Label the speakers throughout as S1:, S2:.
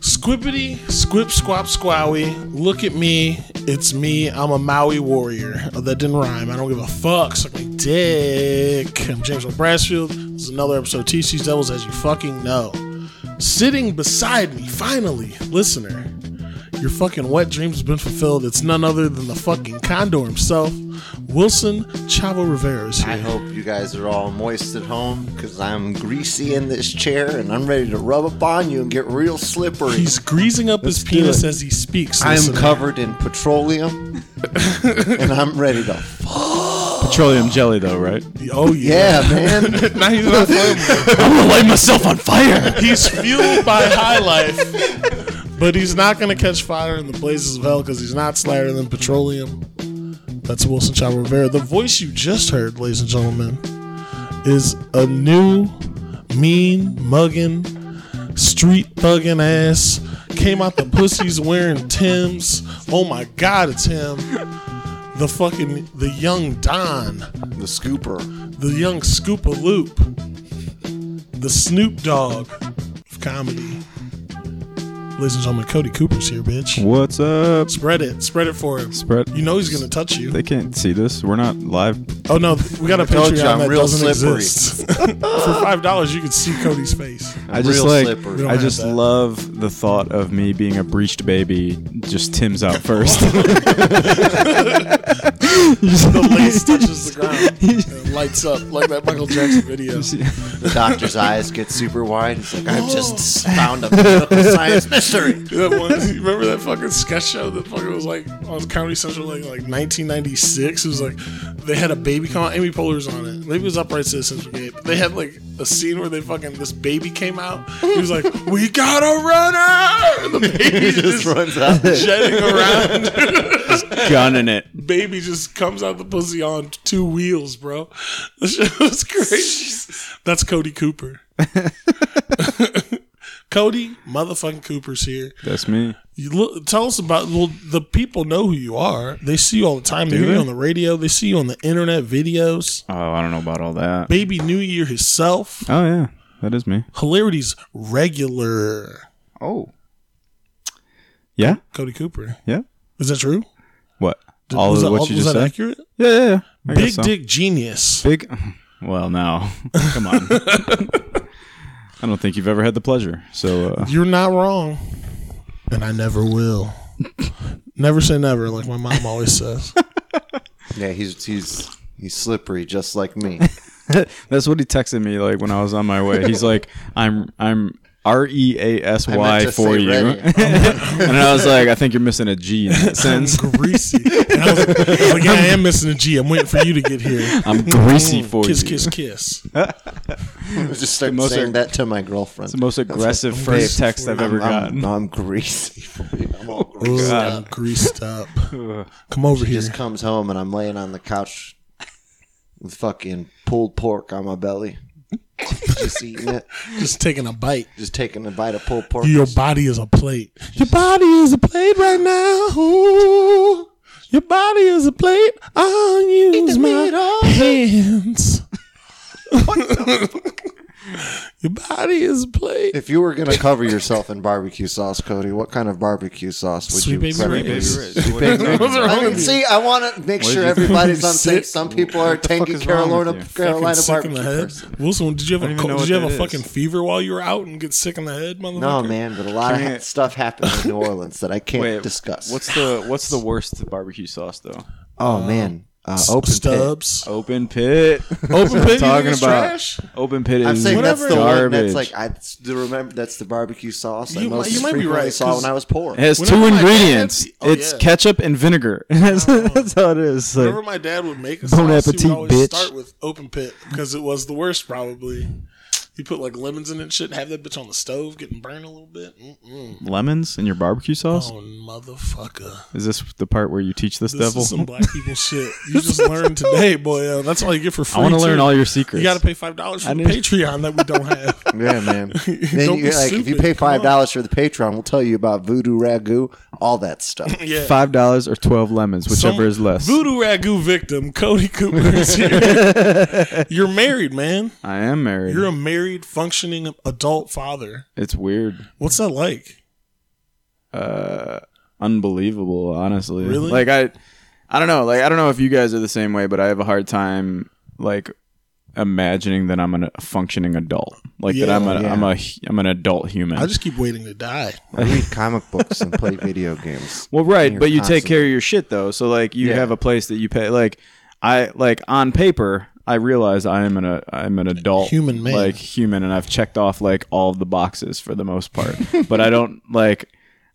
S1: Squibbity, squip, squap, squowie. Look at me. It's me. I'm a Maui warrior. Oh, that didn't rhyme. I don't give a fuck. Suck my dick. I'm James L. Brassfield. This is another episode of TC's Devils, as you fucking know. Sitting beside me, finally, listener, your fucking wet dreams have been fulfilled. It's none other than the fucking condor himself, Wilson Chavo Rivera is
S2: I
S1: here.
S2: hope you guys are all moist at home because I'm greasy in this chair and I'm ready to rub up on you and get real slippery.
S1: He's greasing up his
S2: do
S1: penis
S2: it.
S1: as he speaks.
S2: I am
S1: listener.
S2: covered in petroleum and I'm ready to.
S3: petroleum jelly though, right?
S1: Oh,
S2: Yeah, man.
S1: now he's not
S3: I'm gonna light myself on fire.
S1: He's fueled by high life, but he's not going to catch fire in the blazes of hell because he's not slighter than petroleum. That's Wilson Chavo Rivera. The voice you just heard, ladies and gentlemen, is a new, mean, mugging, street thugging ass. Came out the pussies wearing Tim's. Oh my God, it's him. The fucking, the young Don
S2: the scooper.
S1: the young Scoopa Loop, the Snoop Dogg of comedy. Ladies and gentlemen, Cody Cooper's here, bitch.
S3: What's up?
S1: Spread it, spread it for him.
S3: Spread-
S1: You know he's gonna touch you.
S3: They can't see this. We're not live.
S1: Oh no, we got a
S2: told you,
S1: Patreon
S2: I'm
S1: that
S2: real
S1: doesn't
S2: slippery.
S1: exist. for five dollars, you can see Cody's face.
S3: I just
S2: real
S3: like.
S2: slippery. We
S1: don't
S3: I
S1: have
S3: just
S1: that.
S3: love the thought of me being a breached baby. Just Tim's out first.
S1: The lace touches the ground and lights up like that Michael Jackson video.
S2: The doctor's eyes get super wide. He's like, I've just
S3: Oh.
S2: found a medical science mystery.
S1: That one, you remember that fucking sketch show that fucking was like on Comedy Central like, like 1996? It was like they had a baby come out. Amy Poehler's on it. Maybe it was Upright Citizens Brigade. But they had like a scene where they fucking this baby came out. He was like, "We got a runner!" And the baby just,
S2: Just runs out.
S1: jetting around.
S3: Gunning it.
S1: baby just comes out the pussy on two wheels, bro. That shit was crazy. That's Cody Cooper. Cody motherfucking Cooper's here.
S3: That's me.
S1: You look, tell us about well, the people know who you are. They see you all the time. They hear you
S3: they?
S1: on the radio. They see you on the internet videos.
S3: Oh, I don't know about all that.
S1: Baby New Year himself.
S3: Oh yeah, that is me.
S1: Hilarity's regular.
S3: Oh. Yeah.
S1: Cody Cooper.
S3: Yeah.
S1: Is that true?
S3: What?
S1: Did-
S3: all
S1: was
S3: of
S1: that,
S3: what
S1: all-
S3: you
S1: was
S3: just
S1: that
S3: said.
S1: accurate?
S3: Yeah, yeah, yeah. I guess
S1: Big
S3: so.
S1: Dick Genius.
S3: Big. Well, no. Come on. I don't think you've ever had the pleasure. So. Uh,
S1: You're not wrong. And I never will. never say never, like my mom always says.
S2: Yeah, he's he's he's slippery just like me.
S3: That's what he texted me like when I was on my way. He's like, "I'm I'm R E A S
S2: meant
S3: Y
S2: to
S3: for
S2: say
S3: you,"
S2: ready.
S3: and I was like, "I think you're missing a G in that sense.
S1: Greasy. And I was like, I was like, yeah, I am missing a G. I'm waiting for you to get here.
S3: I'm greasy for
S1: Kiss,
S3: you."
S1: kiss, kiss.
S2: just start
S3: most-
S2: saying that to my girlfriend.
S3: It's the most aggressive
S1: I'm
S3: first
S1: greasy
S3: text
S1: for
S3: I've
S1: you.
S3: ever
S2: I'm,
S3: gotten.
S2: I'm greasy for you. I'm all greasy.
S1: Ooh, I'm greased up. Come over here.
S2: just comes home and I'm laying on the couch with fucking pulled pork on my belly. just eating it.
S1: Just taking a bite.
S2: Just taking a bite of pulled pork.
S1: Your body is a plate. Your body is a plate right now. Ooh. Your body is a plate. I'll use my hands. Your body is a plate.
S2: If you were gonna cover yourself in barbecue sauce, Cody, what kind of barbecue sauce would
S1: Sweet
S2: you
S1: Baby
S2: prefer?
S1: Ray's.
S2: I mean, see, I want to make sure everybody's on
S1: Sick.
S2: sync. Some people are tangy
S3: is wrong with
S2: Carolina
S3: you?
S2: Carolina
S1: sick in the
S2: barbecue.
S1: head.
S2: person.
S1: Wilson, did you have a
S3: don't even
S1: cold,
S3: know
S1: did you
S3: what
S1: have a
S3: that is.
S1: fucking fever while you were out and get sick in the head, motherfucker?
S2: No man, but a lot of
S3: Can I-
S2: ha- stuff happened in New Orleans that I can't
S3: Wait,
S2: discuss.
S3: What's the what's the worst barbecue sauce though?
S2: oh man, uh, open pit.
S1: Stubbs.
S3: Open pit.
S1: Open pit. Talking
S3: Talking
S1: about
S3: about-
S1: trash.
S3: Open pit
S2: I'm
S3: is
S2: saying that's the one
S3: garbage.
S2: that's like I s- do remember that's the barbecue sauce I
S1: You
S2: most
S1: might- you might be
S2: frequently
S1: right,
S2: saw
S1: 'cause-
S2: when I was poor.
S3: it has two
S1: Whenever my dad-
S3: ingredients.
S1: Oh,
S3: it's
S1: yeah. Oh.
S3: ketchup and vinegar. that's, that's how it is. Like,
S1: Whenever my dad would make a
S3: Bon
S1: sauce, he
S3: appetit,
S1: would always
S3: bitch.
S1: start with open pit because it was the worst, probably. He put like lemons in it and shit, have that bitch on the stove, getting burned a little bit. Mm-mm.
S3: lemons in your barbecue sauce?
S1: Oh, motherfucker.
S3: Is this the part where you teach this,
S1: This
S3: devil?
S1: is some black people shit. You just learned today, boy. Uh, that's all you get for free.
S3: I want to
S1: too.
S3: learn all your secrets.
S1: You got to pay $5 for the
S3: need-
S1: Patreon that we don't have.
S2: Yeah, man. then
S1: Don't
S2: you,
S1: be
S2: like, if you
S1: stupid.
S2: pay
S1: Come on.
S2: five dollars for the Patreon, we'll tell you about Voodoo Ragu, all that stuff.
S1: Yeah.
S3: five dollars or twelve lemons, whichever
S1: Some
S3: is less.
S1: Voodoo Ragu victim, Cody Cooper is here. You're married, man.
S3: I am married.
S1: You're a married, functioning adult father.
S3: it's weird.
S1: What's that like?
S3: uh, unbelievable. Honestly,
S1: Really?
S3: like I, I don't know. Like I don't know if you guys are the same way, but I have a hard time like imagining that I'm an- a functioning adult. Like that
S1: Yeah,
S3: I'm a
S2: yeah.
S3: am a hu- I'm an adult human.
S1: I just keep waiting to die.
S2: I read comic books and play video games.
S3: Well, right,
S2: you're
S3: but you take
S2: constantly-
S3: care of your shit though. So like you
S2: Yeah.
S3: have a place that you pay. Like I like on paper, I realize I am an a, I'm an adult
S1: Human man.
S3: like human, and I've checked off like all of the boxes for the most part. but I don't like.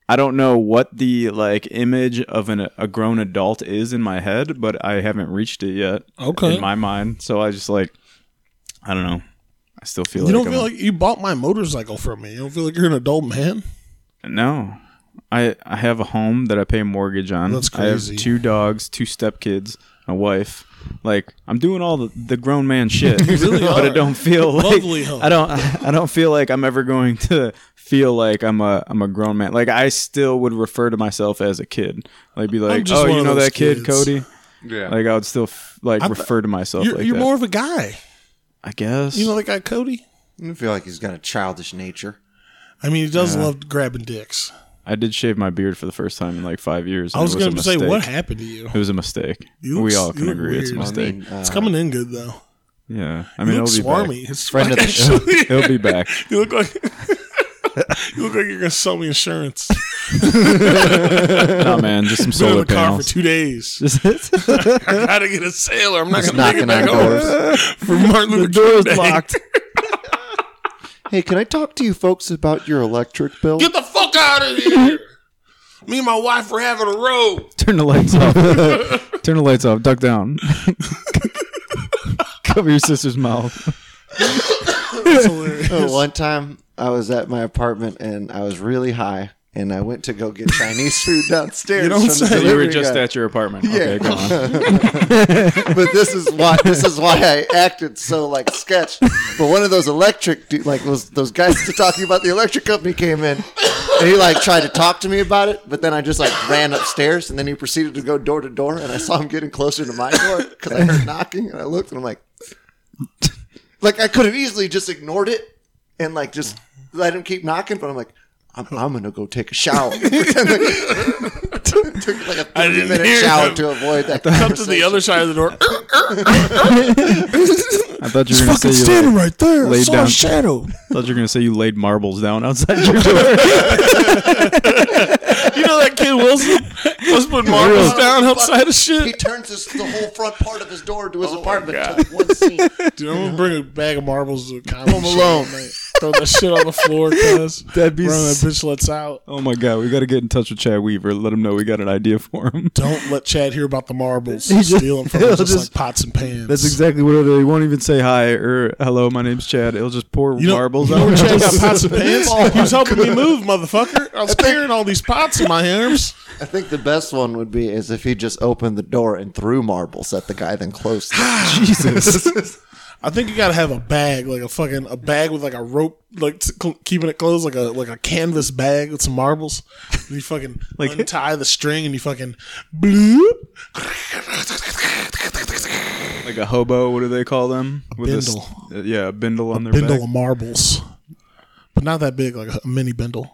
S3: I don't know what the like image of an, a grown adult is in my head, but I haven't reached it yet.
S1: Okay.
S3: in my mind, so I just like I don't know. I still feel
S1: You
S3: like
S1: don't
S3: I'm
S1: feel like you bought my motorcycle from me. You don't feel like you're an adult man.
S3: No. I, I have a home that I pay a mortgage on.
S1: That's
S3: I
S1: crazy.
S3: have two dogs, two stepkids, a wife. Like I'm doing all the, the grown man shit,
S1: really
S3: but
S1: are.
S3: I don't feel like
S1: Lovely home.
S3: I don't I don't feel like I'm ever going to feel like I'm a I'm a grown man. Like I still would refer to myself as a kid. Like be like,
S1: just
S3: oh,
S1: one
S3: you
S1: of
S3: know
S1: those
S3: that kid,
S1: kids."
S3: Cody.
S4: Yeah.
S3: Like I would still f- like
S1: I'm-
S3: refer to myself
S1: You're,
S3: like
S1: you're
S3: that.
S1: more of a guy.
S3: I guess.
S1: You know that guy Cody.
S2: I feel like he's got a childish nature.
S1: I mean, he does love grabbing dicks.
S3: I did shave my beard for the first time in like five years.
S1: I
S3: and
S1: was,
S3: it
S1: going
S3: a
S1: to say,
S3: mistake. Uh,
S1: what happened to you?
S3: It was a mistake.
S1: You
S3: we
S1: look-
S3: all
S1: you
S3: can
S1: look
S3: agree it's a
S1: weird. I
S3: mistake.
S2: mean, uh,
S1: It's coming in good though.
S3: yeah, I
S1: You
S3: mean,
S1: look
S3: it'll be back.
S1: swarmy. It's
S2: Friend of the show.
S1: actually,
S3: He'll be back.
S1: you look like you look like you're gonna sell me insurance.
S3: nah, man, just some
S1: Been in
S3: solar
S1: the car for
S3: panels.
S1: two days. I gotta get a sailor. I'm not
S2: Just
S1: gonna make it
S2: knocking
S1: back
S2: on
S1: over
S2: doors.
S1: for Martin Luther
S3: the door
S1: King
S3: is
S1: Day.
S3: locked.
S2: Hey, can I talk to you folks about your electric bill?
S1: Get the fuck out of here. Me and my wife were having a row.
S3: Turn the lights off. Turn the lights off. Duck down. Cover your sister's mouth.
S1: That's hilarious.
S2: Uh, one time I was at my apartment and I was really high and I went to go get Chinese food downstairs.
S1: You don't
S2: from the
S1: say. You were
S3: You were
S2: delivery
S3: just
S2: guy.
S3: at your apartment. Okay, go on.
S2: but this is why this is why I acted so like sketch. But one of those electric du- like those those guys talking about the electric company came in and he like tried to talk to me about it, but then I just like ran upstairs and then he proceeded to go door to door and I saw him getting closer to my door because I heard knocking and I looked and I'm like, like I could have easily just ignored it and like just let him keep knocking, but I'm like. I'm, I'm gonna go take a shower. Pretend like- took like a
S1: I didn't
S2: 30 minute
S1: hear
S2: shower
S1: him.
S2: to avoid that.
S1: Come to the other side of the door.
S3: I thought you were going to say you,
S1: standing
S3: laid,
S1: right there. I
S3: laid
S1: saw
S3: down.
S1: a shadow.
S3: thought you were gonna say you laid marbles down outside your door.
S1: You know that kid Wilson was putting marbles down outside of
S2: He
S1: shit.
S2: turns his, the whole front part of his door to his apartment to one scene.
S1: Dude, I'm gonna bring a bag of marbles to a comedy show,
S2: alone.
S1: man. Throw that shit on the floor, cuz.
S3: That'd be
S1: Run that
S3: s-
S1: bitch lets out.
S3: oh my god, we got to get in touch with Chad Weaver. Let him know we got an idea for him.
S1: Don't let Chad hear about the marbles.
S3: He just-
S1: Steal them from him
S3: he'll
S1: just,
S3: just-
S1: like pots and pans.
S3: That's exactly what it is. He won't even say hi or hello. My name's Chad. It'll just pour
S1: You know,
S3: marbles
S1: you know
S3: out. Oh
S1: where Chad got pots and pans? he was helping me move, motherfucker. I was carrying all these pots in my arms.
S2: I think the best one would be is if he just opened the door and threw marbles at the guy, then closed it.
S3: Jesus.
S1: I think you gotta have a bag, like a fucking a bag with like a rope, like t- cl- keeping it closed, like a like a canvas bag with some marbles. And you fucking
S3: Like-
S1: untie the string and you fucking bloop.
S3: like a hobo. What do they call them? With a s-
S1: bindle.
S3: uh, yeah, a bindle on their
S1: bindle
S3: back.
S1: of marbles, but not that big, like a, a mini bindle.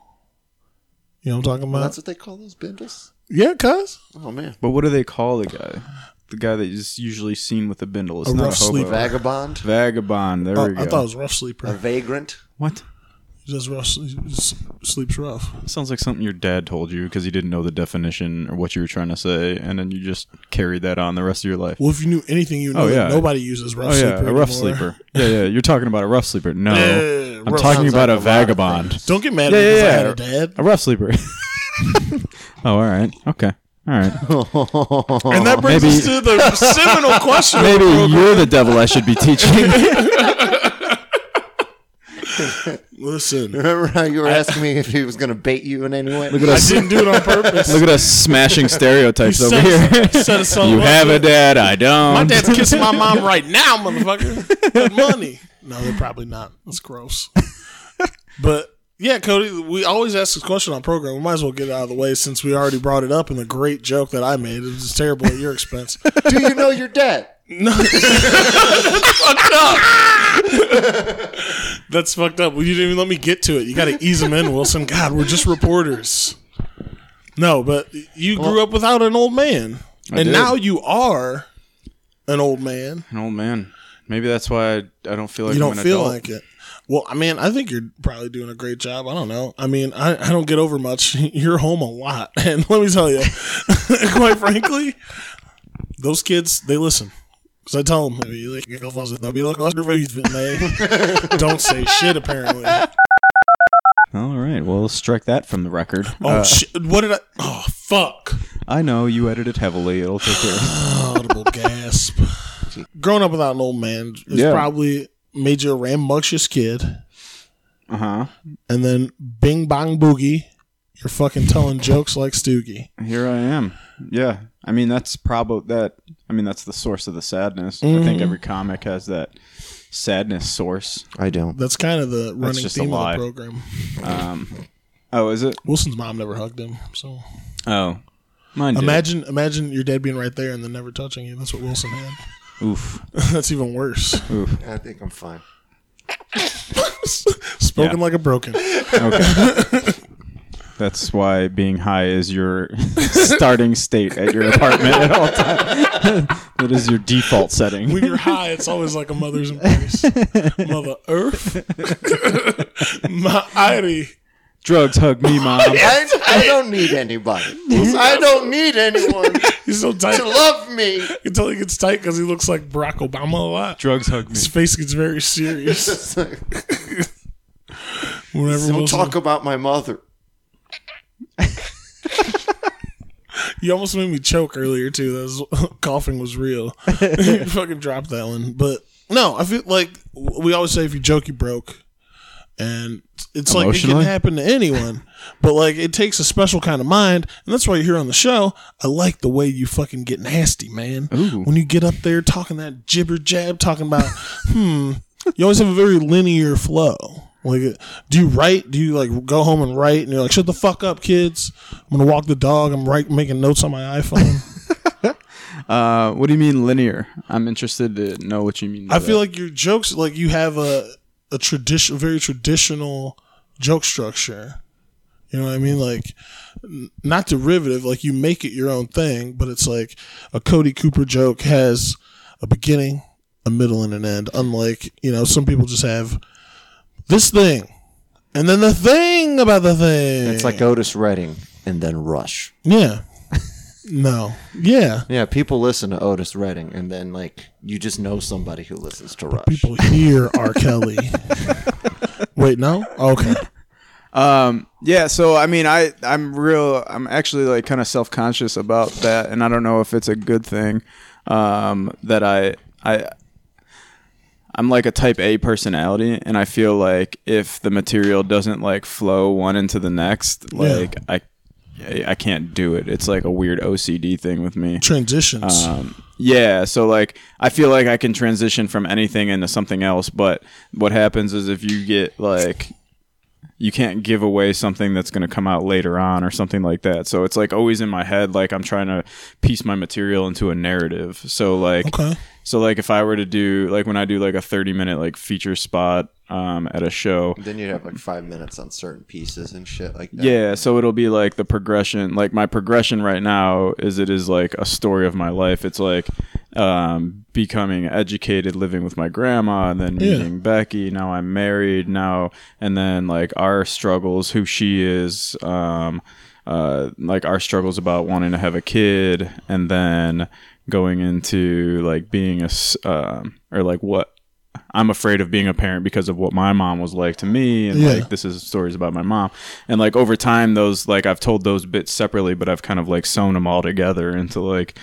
S1: You know what I'm talking about?
S2: That's what they call those bindles.
S1: yeah, cuz
S2: Oh man,
S3: But what do they call the guy? The guy that is usually seen with a bindle. It's
S1: A
S3: not
S1: rough
S3: a hobo.
S1: sleeve
S2: vagabond,
S3: Vagabond. There
S1: Oh,
S3: we go.
S1: I thought it was rough
S2: a
S1: sleeper.
S2: vagrant.
S3: what?
S1: He just rough he s- sleeps rough.
S3: Sounds like something your dad told you because he didn't know the definition or what you were trying to say, and then you just carried that on the rest of your life.
S1: Well, if you knew anything, you know
S3: Oh,
S1: that
S3: yeah.
S1: nobody uses rough
S3: Oh yeah,
S1: sleeper.
S3: a rough
S1: anymore.
S3: sleeper. Yeah, yeah. You're talking about a rough sleeper. No,
S1: Yeah,
S3: I'm
S1: rough-
S3: talking
S2: Sounds like
S3: about a
S2: a lot of
S3: vagabond.
S2: things.
S1: Don't get mad
S3: Yeah,
S1: at me.
S3: yeah,
S1: if I
S3: yeah.
S1: had a dad.
S3: A rough sleeper. oh, all right. Okay. All right.
S1: And that brings
S3: maybe-
S1: us to the seminal question. of
S3: Maybe
S1: the program.
S3: you're the devil I should be teaching.
S1: Listen,
S2: Remember how you were asking me if he was going to bait you in any way?
S3: Look at
S1: I
S3: us.
S1: didn't do it on purpose.
S3: Look at us smashing stereotypes over
S1: set us-
S3: here.
S1: set us all
S3: you
S1: up.
S3: have a dad, I don't.
S1: My dad's kissing my mom right now, motherfucker. With money. No, they're probably not. That's gross. But yeah, Cody, we always ask this question on program. We might as well get it out of the way since we already brought it up in the great joke that I made. It was terrible at your expense.
S2: Do you know your dad?
S1: That's fucked up. Well, you didn't even let me get to it. You got to ease them in, Wilson. God, we're just reporters. No, but you grew up without an old man,
S3: I
S1: and
S3: did.
S1: now you are an old man.
S3: An old Oh, man. Maybe that's why I, I don't feel like
S1: you
S3: I'm
S1: don't
S3: an
S1: feel
S3: adult.
S1: like it. Well, I mean, I think you're probably doing a great job. I don't know. I mean, I, I don't get over much. You're home a lot, and let me tell you, quite frankly, those kids they listen. Cause I tell them, maybe like, go fuck it. they'll be like, "Oh, you're right," but they don't say shit apparently.
S3: All right. Well, let's strike that from the record. Uh,
S1: Oh shit! What did I? Oh fuck!
S3: I know you edited heavily. It'll take care. of
S1: audible gasp. Growing up without an old man is
S3: Yeah.
S1: probably made you a rambunctious kid,
S3: Uh
S1: Uh-huh.
S3: huh.
S1: and then Bing Bang Boogie, you're fucking telling jokes like Stoogie.
S3: Here I am. Yeah. I mean, that's probably that. I mean, that's the source of the sadness. I
S1: Mm.
S3: think every comic has that sadness source.
S2: I don't.
S1: That's kind of the running
S3: just a
S1: theme of
S3: lie.
S1: the program.
S3: Um. Oh, is it?
S1: Wilson's mom never hugged him, so
S3: Oh, mine. did.
S1: imagine imagine your dad being right there and then never touching you. That's what Wilson had.
S3: Oof.
S1: That's even worse.
S2: I think I'm fine.
S1: Spoken like a broken.
S3: Okay. That's why being high is your starting state at your apartment at all times. that is your default setting.
S1: When you're high, it's always like a mother's embrace. Mother Earth, my Irie.
S3: Drugs hug me, mom.
S2: I, I don't need anybody. I don't need anyone to
S1: He's so tight.
S2: love me.
S1: until he gets tight because he looks like Barack Obama a lot.
S3: Drugs hug me.
S1: His face gets very serious
S2: Don't
S1: whenever Wilson-
S2: talk about my mother.
S1: You almost made me choke earlier too. That was, coughing was real. you fucking dropped that one, but no, I feel like we always say if you joke, you broke, and it's like it can
S3: Emotionally?
S1: happen to anyone. But like it takes a special kind of mind, and that's why you're here on the show. I like the way you fucking get nasty, man. When you get up there talking that gibber jab, talking about hmm, you always have a very linear flow. Like, uh, do you write? Do you like go home and write? And you're like, shut the fuck up, kids. I'm gonna walk the dog. I'm right making notes on my iPhone.
S3: Uh, what do you mean linear? I'm interested to know what you mean. by
S1: I feel
S3: that.
S1: like your jokes, like you have a a tradition, very traditional joke structure. You know what I mean? Like, n- not derivative. Like you make it your own thing, but it's like a Cody Cooper joke has a beginning, a middle, and an end. Unlike you know, some people just have this thing, and then the thing about the thing.
S2: It's like Otis Redding and then Rush.
S1: yeah, no, yeah.
S2: Yeah, people listen to Otis Redding and then like you just know somebody who listens to Rush.
S1: People hear R. Kelly. Wait, no. Okay.
S3: Um, yeah, so I mean, I I'm real. I'm actually like kind of self conscious about that, and I don't know if it's a good thing. Um, that I I I'm like a type A personality, and I feel like if the material doesn't like flow one into the next, like I I I can't do it. It's like a weird OCD thing with me.
S2: Uh,
S1: Transitions.
S3: Um, yeah, so like I feel like I can transition from anything into something else, but what happens is if you get like you can't give away something that's going to come out later on or something like that. So it's like always in my head like I'm trying to piece my material into a narrative. So like
S1: okay.
S3: so like if I were to do like when I do like a 30 minute like feature spot um at a show,
S2: Then you'd have like five minutes on certain pieces and shit like that.
S3: yeah, so it'll be like the progression. Like my progression right now is it is like a story of my life. It's like um, becoming educated, living with my grandma, and then
S1: Yeah.
S3: meeting Becky. Now I'm married now, and then like our struggles, who she is, um, uh, like our struggles about wanting to have a kid, and then going into like being a s- um, or like what. I'm afraid of being a parent because of what my mom was like to me, and
S1: Yeah.
S3: like this is stories about my mom and like over time those like i've told those bits separately but i've kind of like sewn them all together into like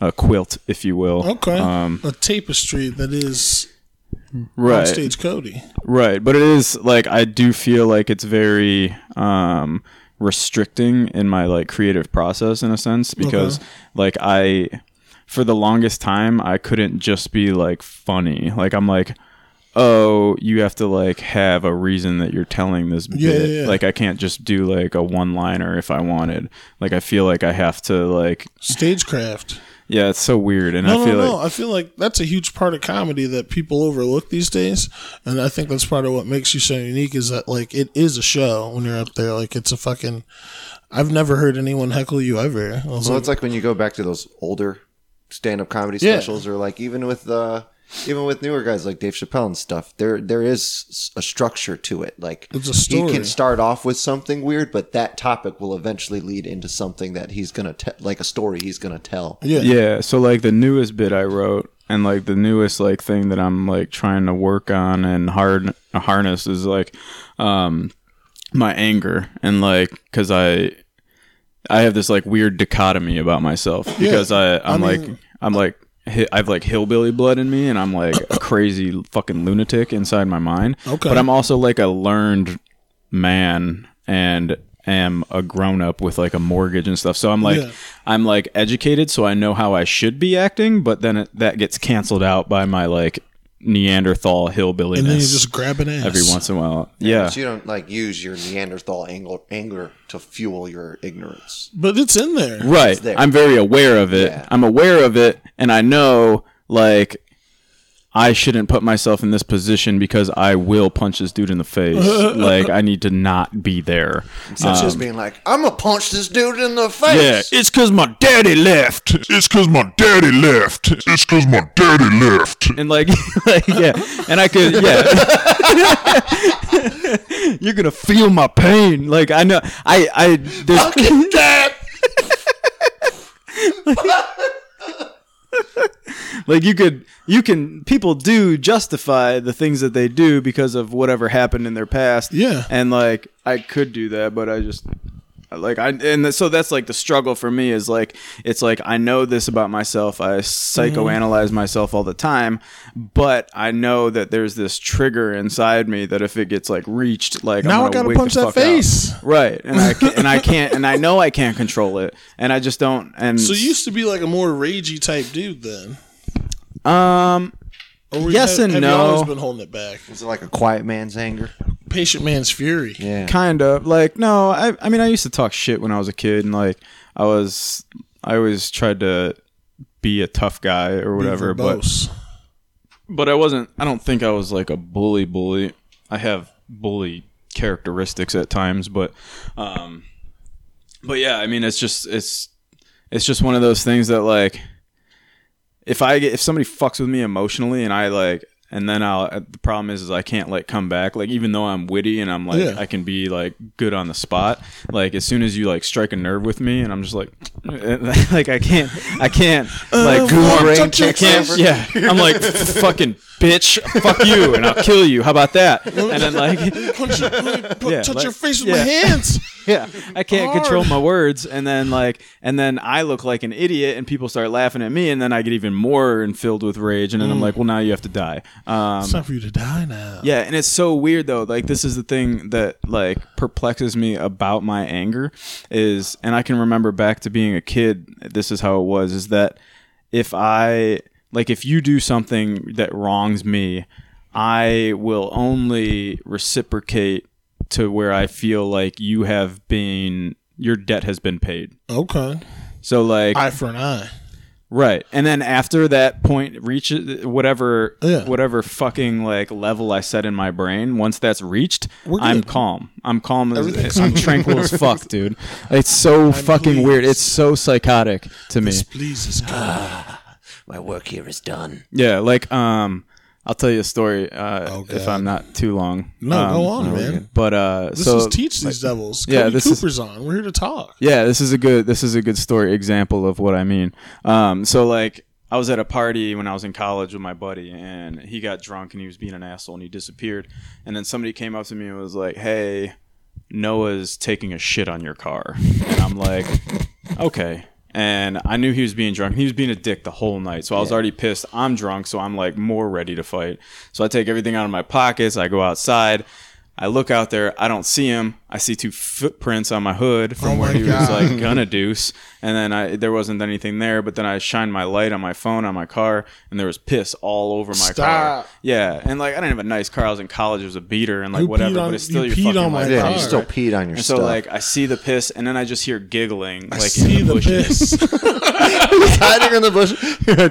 S3: a quilt if you will
S1: Okay.
S3: um
S1: a tapestry that is
S3: right
S1: stage Cody.
S3: right but it is like i do feel like it's very um restricting in my like creative process in a sense because like i for the longest time i couldn't just be like funny like i'm like oh you have to like have a reason that you're telling this
S1: Yeah,
S3: bit
S1: yeah, yeah.
S3: like i can't just do like a one liner if i wanted like i feel like i have to like
S1: Stagecraft.
S3: Yeah, it's so weird, and
S1: No,
S3: I feel
S1: no, no.
S3: like
S1: I feel like that's a huge part of comedy that people overlook these days, and I think that's part of what makes you so unique is that like it is a show when you're up there. Like it's a fucking. I've never heard anyone heckle you ever. I was
S2: So
S1: like,
S2: it's like when you go back to those older stand-up comedy
S1: Yeah.
S2: specials, or like even with uh, even with newer guys like Dave Chappelle and stuff. There there is s- a structure to it. Like
S1: It's a
S2: He
S1: story.
S2: can start off with something weird, but that topic will eventually lead into something that he's gonna tell, like a story he's gonna tell.
S1: yeah,
S3: yeah. So like the newest bit I wrote, and like the newest like thing that I'm like trying to work on and hard harness is like, um, my anger and like because I, I have this like weird dichotomy about myself because I I'm
S1: mean-
S3: like I'm like. hi- I've like hillbilly blood in me, and I'm like a crazy fucking lunatic inside my mind.
S1: Okay.
S3: but I'm also like a learned man and am a grown up with like a mortgage and stuff. So I'm like
S1: Yeah.
S3: I'm like educated so I know how I should be acting, but then it, that gets canceled out by my like Neanderthal hillbilliness
S1: and then you just grab an ass
S3: every once in a while. Yeah.
S2: But you don't like use your Neanderthal anger, anger to fuel your ignorance.
S1: But it's in there.
S3: Right.
S2: there.
S3: I'm very aware of it.
S2: Yeah.
S3: I'm aware of it and I know like I shouldn't put myself in this position because I will punch this dude in the face. like I need to not be there.
S2: Instead of just being like, "I'm gonna punch this dude in the face."
S3: Um, Yeah, it's because my daddy left.
S4: It's cause my daddy left. It's cause my daddy left.
S3: And like, like yeah, and I could, yeah. You're gonna feel my pain. Like I know, I, I. There's, like you could, you can. People do justify the things that they do because of whatever happened in their past.
S1: Yeah.
S3: and like I could do that, but I just like I and so that's like the struggle for me is like it's like I know this about myself. I
S1: Mm-hmm.
S3: psychoanalyze myself all the time, but I know that there's this trigger inside me that if it gets like reached, like
S1: Now I
S3: I'm
S1: gotta
S3: gonna wake the
S1: punch that
S3: fuck out.
S1: face.
S3: right? And I ca- and I can't and I know I can't control it, and I just don't. And
S1: So you used to be like a more ragey type dude then.
S3: um
S1: Or were
S3: Yes
S1: you,
S3: and
S1: have
S3: no.
S1: You always been holding it back.
S2: Is it like a quiet man's anger?
S1: Patient man's fury.
S2: Yeah.
S3: kind of like no I, I mean i used to talk shit when i was a kid and like i was i always tried to be a tough guy or whatever but
S1: Verbose.
S3: but i wasn't i don't think i was like a bully bully i have bully characteristics at times but um but yeah i mean it's just it's it's just one of those things that like if i get if somebody fucks with me emotionally and i like and then i'll uh, the problem is is i can't like come back like even though i'm witty and i'm like
S1: Yeah.
S3: i can be like good on the spot like as soon as you like strike a nerve with me and i'm just like like i can't i can't like
S2: Warm
S1: Warm
S2: rain
S1: touch
S2: checks
S1: your
S2: over.
S3: can't, yeah. I'm like, fucking bitch, fuck you, and I'll kill you. How about that? And then, like,
S1: Punch, your, pu-
S3: Yeah,
S1: touch
S3: like-
S1: your face with
S3: yeah.
S1: my hands.
S3: yeah, I can't
S1: Hard.
S3: control my words. And then, like, and then I look like an idiot, and people start laughing at me, and then I get even more and filled with rage. And then I'm like, well, now you have to die. Um,
S1: It's time for you to die now.
S3: yeah, and it's so weird though. Like this is the thing that like perplexes me about my anger is and I can remember back to being a kid, this is how it was is that if I like if you do something that wrongs me, I will only reciprocate to where I feel like you have been your debt has been paid.
S1: Okay.
S3: So like
S1: Eye for an eye.
S3: Right. And then after that point reaches whatever
S1: Yeah.
S3: whatever fucking like level I set in my brain, once that's reached,
S1: We're
S3: I'm
S1: good.
S3: calm. I'm calm as I'm tranquil as fuck, dude. It's so fucking weird. It's so psychotic to me.
S1: This pleases God.
S2: My work here is done.
S3: Yeah, like um I'll tell you a story uh,
S1: Oh,
S3: if
S1: God.
S3: I'm not too long.
S1: No,
S3: um,
S1: go on, man.
S3: But uh
S1: This
S3: so
S1: is teach these devils.
S3: yeah,
S1: Cody
S3: this is-
S1: Cooper's on. We're here to talk.
S3: Yeah, this is a good this is a good story example of what I mean. Um, so like I was at a party when I was in college with my buddy, and he got drunk and he was being an asshole and he disappeared. And then somebody came up to me and was like, "Hey, Noah's taking a shit on your car," and I'm like, "Okay." And I knew he was being drunk. He was being a dick the whole night. So I was already pissed. I'm drunk, so I'm like more ready to fight. So I take everything out of my pockets. I go outside. I look out there. I don't see him. I see two footprints on my hood from
S1: Oh
S3: where
S1: my
S3: he was
S1: God.
S3: like gonna deuce, and then I there wasn't anything there. But then I shined my light on my phone on my car, and there was piss all over my car.
S1: Stop.
S3: Yeah, and like I didn't have a nice car. I was in college. It was a beater and like
S1: You peed
S3: whatever.
S1: on-
S3: but it's still
S1: you
S3: your
S1: peed
S3: fucking
S1: on my
S3: life.
S2: Yeah, you
S1: car.
S2: still peed on your
S3: And so
S2: stuff.
S3: like I see the piss, and then I just hear giggling. like
S1: See
S3: in
S1: the
S3: the bushes.
S1: piss.
S2: hiding in the bush.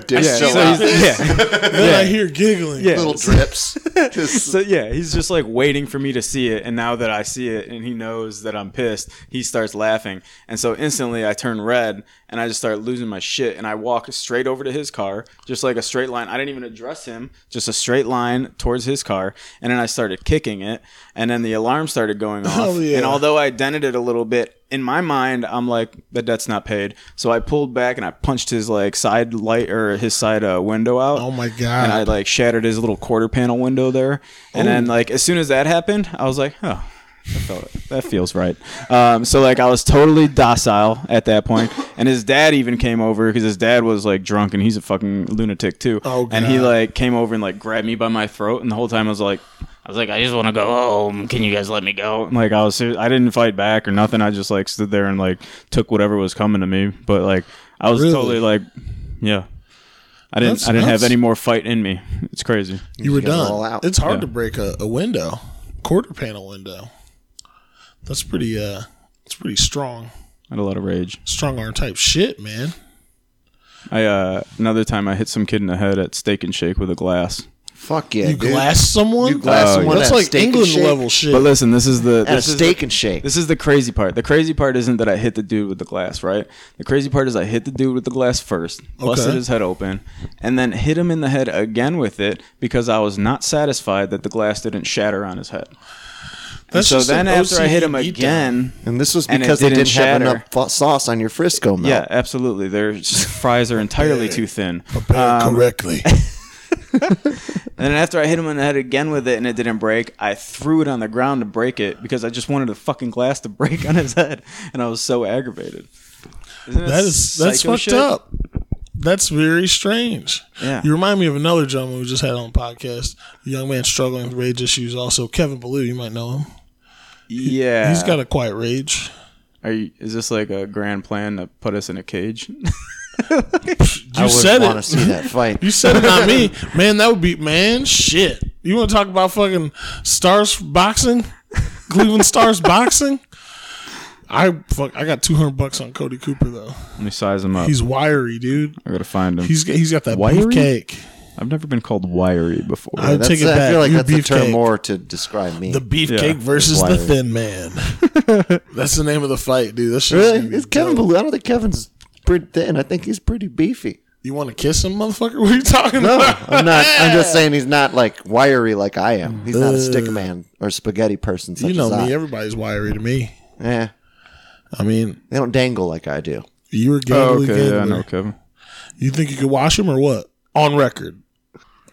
S2: Dick
S3: Yeah,
S2: still
S3: so
S2: out.
S3: he's- yeah.
S1: then I hear giggling.
S3: Yeah.
S2: little drips. Just
S3: So yeah, he's just like waiting for me to see it, and now that I see it, and he knows that I'm pissed, he starts laughing, and so instantly I turn red, and I just start losing my shit, and I walk straight over to his car, just like a straight line. I didn't even address him, just a straight line towards his car, and then I started kicking it, and then the alarm started going off,
S1: Hell Oh, yeah.
S3: and although I dented it a little bit. In my mind, I'm like the debt's not paid, so I pulled back and I punched his like side light or his side uh, window out.
S1: Oh my God.
S3: And I like shattered his little quarter panel window there. And then like as soon as that happened, I was like, oh, that, felt, that feels right. Um, so like I was totally docile at that point. And his dad even came over because his dad was like drunk and he's a fucking lunatic too.
S1: Oh,
S3: and he
S1: God.
S3: like came over and like grabbed me by my throat. And the whole time I was like. I was like, I just want to go home. Can you guys let me go? And, like, I was, ser- I didn't fight back or nothing. I just like stood there and like took whatever was coming to me. But like, I was
S1: Really?
S3: totally like, yeah, I didn't.
S1: That's
S3: I didn't have
S1: nuts.
S3: any more fight in me. It's crazy.
S1: You were
S2: get it
S1: done.
S2: all out.
S1: It's hard
S3: Yeah.
S1: to break a, a window, quarter panel window. That's pretty. Uh, it's pretty strong,
S3: I had a lot of rage.
S1: strong arm type shit, man.
S3: I uh, another time I hit some kid in the head at Steak and Shake with a glass.
S2: fuck yeah,
S1: You
S2: dude.
S1: glass someone. Uh,
S2: You glass someone
S1: That's
S2: at
S1: like
S2: steak and
S1: England
S2: shake?
S1: level shit.
S3: But listen, this is the
S2: at a
S3: this is
S2: steak
S3: the-
S2: and shake.
S3: This is the crazy part. The crazy part isn't that I hit the dude with the glass, right? The crazy part is I hit the dude with the glass first, busted
S1: Okay.
S3: his head open, and then hit him in the head again with it because I was not satisfied that the glass didn't shatter on his head. And
S1: That's
S3: so
S1: just
S3: then
S1: an
S3: after I
S1: OCD
S3: hit him
S1: beatdown.
S3: again,
S2: and this was
S3: And it
S2: because they
S3: didn't
S2: didn't have
S3: shatter.
S2: enough fa- sauce on your Frisco melt.
S3: yeah, absolutely, their s- fries are entirely too thin. Um,
S1: correctly.
S3: And then after I hit him in the head again with it and it didn't break, I threw it on the ground to break it because I just wanted the fucking glass to break on his head, and I was so aggravated. Isn't
S1: That is that's
S3: psycho
S1: fucked
S3: shit?
S1: up. That's very strange.
S3: Yeah.
S1: You remind me of another gentleman we just had on the podcast. A young man struggling with rage issues. Also, Kevin Ballou. You might know him.
S3: Yeah,
S1: He's got a quiet rage.
S3: Are you, is this like a grand plan to put us in a cage?
S1: You
S2: I
S1: said
S2: would want to
S1: it.
S2: see that fight.
S1: You said it, not me. Man, that would be man shit. You want to talk about fucking stars boxing, Cleveland Stars boxing? I fuck. I got two hundred bucks on Cody Cooper though.
S3: Let me size him up.
S1: He's wiry, dude.
S3: I gotta find him.
S1: He's got, he's got that
S3: Wiry?
S1: beefcake.
S3: I've never been called wiry before.
S1: I
S2: That's-
S1: take it
S2: I
S1: back.
S2: feel like
S1: You're
S2: that's a term
S1: beefcake.
S2: more to describe me.
S1: The beefcake
S3: Yeah.
S1: versus the
S2: Wiry.
S1: thin man. That's the name of the fight, dude. That's
S2: really? It's Kevin Ballou. I don't think Kevin's pretty thin. I think he's pretty beefy.
S1: You want to kiss him, motherfucker? What are you talking
S2: No,
S1: about?
S2: Oh, I'm not. I'm just saying he's not like wiry like I am. He's not a stick man or spaghetti person. Such
S1: You know
S2: as I.
S1: me. Everybody's wiry to me.
S2: yeah,
S1: I mean,
S2: they don't dangle like I do.
S1: you were
S3: oh,
S1: gangly
S3: okay, yeah, I
S1: gangly.
S3: know Kevin.
S1: You think you could wash him or what? On record.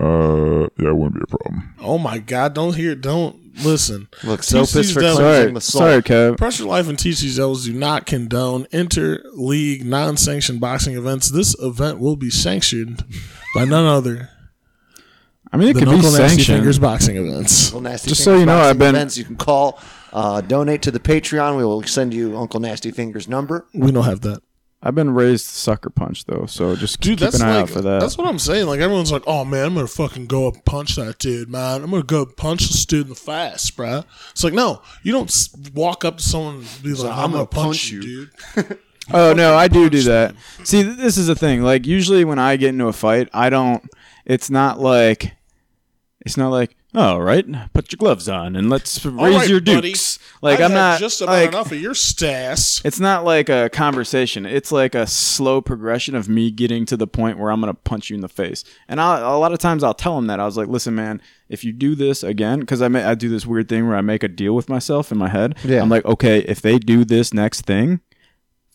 S4: Uh, yeah, it wouldn't be a problem.
S1: Oh my God! Don't hear. Don't listen.
S2: Look, soap
S1: TC's
S2: is for
S1: done-
S2: cleansing
S3: Sorry,
S2: the soul.
S3: sorry, Kev.
S1: Pressure Life and TC's L's do not condone interleague non-sanctioned boxing events. This event will be sanctioned by none other
S3: I mean, it
S1: than
S3: could be
S1: Uncle Nasty Fingers
S3: sanctioned.
S1: boxing events.
S2: Uncle Nasty Fingers
S3: Just so you know,
S2: boxing
S3: I've been-
S2: events. You can call, uh, donate to the Patreon. We will send you Uncle Nasty Fingers number.
S1: We don't have that.
S3: I've been raised sucker punch though, so just
S1: Dude,
S3: keep
S1: that's
S3: an eye
S1: like
S3: out for that.
S1: that's what I'm saying. Like everyone's like, "Oh man, I'm gonna fucking go up and punch that dude, man. I'm gonna go punch this dude in the face, bruh. It's like, no, you don't s- walk up to someone and be like, "I'm, gonna, punch, you, dude."
S3: Oh no, I do do that. See, th- this is the thing. Like usually when I get into a fight, I don't. It's not like, it's not like, "Oh, all right, put your gloves on and let's raise
S1: right,
S3: your
S1: buddy.
S3: dukes. Like
S1: I've
S3: am
S1: had
S3: not
S1: just about
S3: like,
S1: enough of your stass.
S3: It's not like a conversation. It's like a slow progression of me getting to the point where I'm going to punch you in the face. And I, a lot of times I'll tell him that. I was like, listen, man, if you do this again, because I, ma- I do this weird thing where I make a deal with myself in my head.
S2: Yeah.
S3: I'm like, okay, if they do this next thing,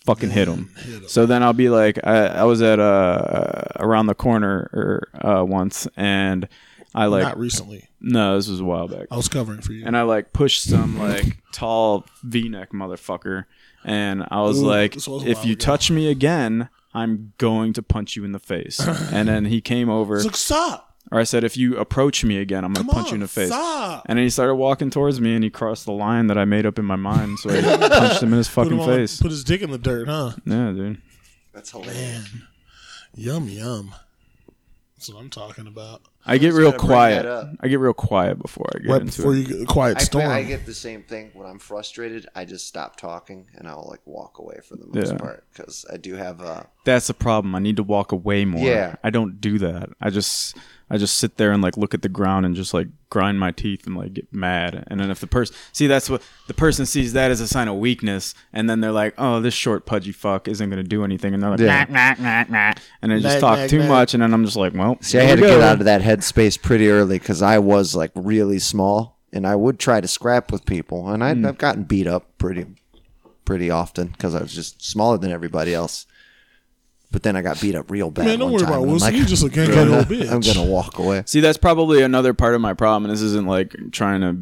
S3: fucking hit them. So then I'll be like, I, I was at uh, around the corner or, uh, once and I like,
S1: Not recently.
S3: no, this was a while back
S1: I was covering for you.
S3: and I like pushed some like tall V-neck motherfucker, and I was
S1: Ooh,
S3: like,
S1: this was a
S3: "If
S1: while
S3: you
S1: ago.
S3: touch me again, I'm going to punch you in the face." and then he came over.
S1: It's like, stop.
S3: Or I said, if you approach me again, I'm gonna
S1: Come
S3: punch
S1: on,
S3: you in the face.
S1: stop.
S3: And then he started walking towards me, and he crossed the line that I made up in my mind. So I punched him in his
S1: Put, him
S3: fucking
S1: on-
S3: face.
S1: put his dick in the dirt, huh?
S3: yeah, dude.
S2: That's hilarious.
S1: Yum yum. That's what I'm talking about.
S3: I get
S2: just
S3: real
S2: gonna bring that
S3: quiet.
S2: up.
S3: I get real quiet before I get
S1: Right
S3: into
S1: before
S3: it.
S1: you get quiet
S2: I,
S1: storm.
S2: I get the same thing when I'm frustrated. I just stop talking and I'll like walk away for the most
S3: Yeah.
S2: part because I do have uh, a.
S3: That's the problem. I need to walk away more.
S2: Yeah.
S3: I don't do that. I just I just sit there and like look at the ground and just like grind my teeth and like get mad. And then if the person see that's what the person sees that as a sign of weakness, and then they're like, oh, this short pudgy fuck isn't gonna do anything, and they're like,
S2: Yeah.
S3: nah, nah, nah, nah. and they just
S1: Nah,
S3: talk
S1: nah,
S3: too
S1: nah.
S3: much, and then I'm just like, well,
S2: See, I
S3: here
S2: had to
S3: we
S2: get
S3: go.
S2: out of that headspace pretty early because I was like really small and I would try to scrap with people and I,
S1: Hmm.
S2: I've gotten beat up pretty, pretty often because I was just smaller than everybody else. But then I got beat up real bad.
S1: Man, don't
S2: one
S1: worry
S2: time,
S1: about
S2: and I'm
S1: Wilson.
S2: like,
S1: you just a ganky old bitch.
S2: I'm gonna walk away.
S3: See, that's probably another part of my problem. and This isn't like trying to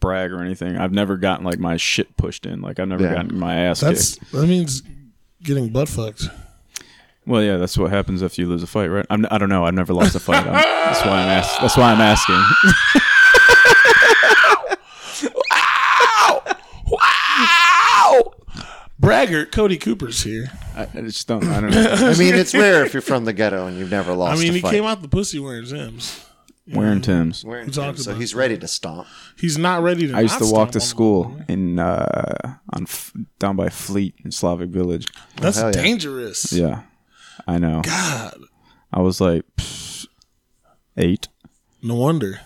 S3: brag or anything. I've never gotten like my shit pushed in. Like I've never
S2: Yeah.
S3: gotten my ass kicked.
S1: That's that means getting butt fucked.
S3: Well, yeah, that's what happens if you lose a fight, right? I'm, I don't know. I've never lost a fight. I'm, that's why I'm ask, That's why I'm asking.
S1: Braggart Cody Cooper's here.
S3: I, I just don't. I don't know.
S2: I mean, it's rare if you're from the ghetto and you've never
S1: I
S2: lost.
S1: mean,
S2: a
S1: he
S2: fight.
S1: came out the pussy wearing Zims.
S3: Wearing Tim's.
S2: We're in
S1: We
S2: gym,
S1: talked
S2: so
S1: about
S2: he's ready to stomp.
S1: He's not ready to.
S3: I used to
S1: not
S3: walk
S1: stomp
S3: to
S1: on
S3: school
S1: them.
S3: in uh, on F- down by Fleet in Slavic Village.
S1: That's
S2: hell yeah.
S1: dangerous.
S3: Yeah, I know.
S1: God,
S3: I was like pfft, eight.
S1: no wonder.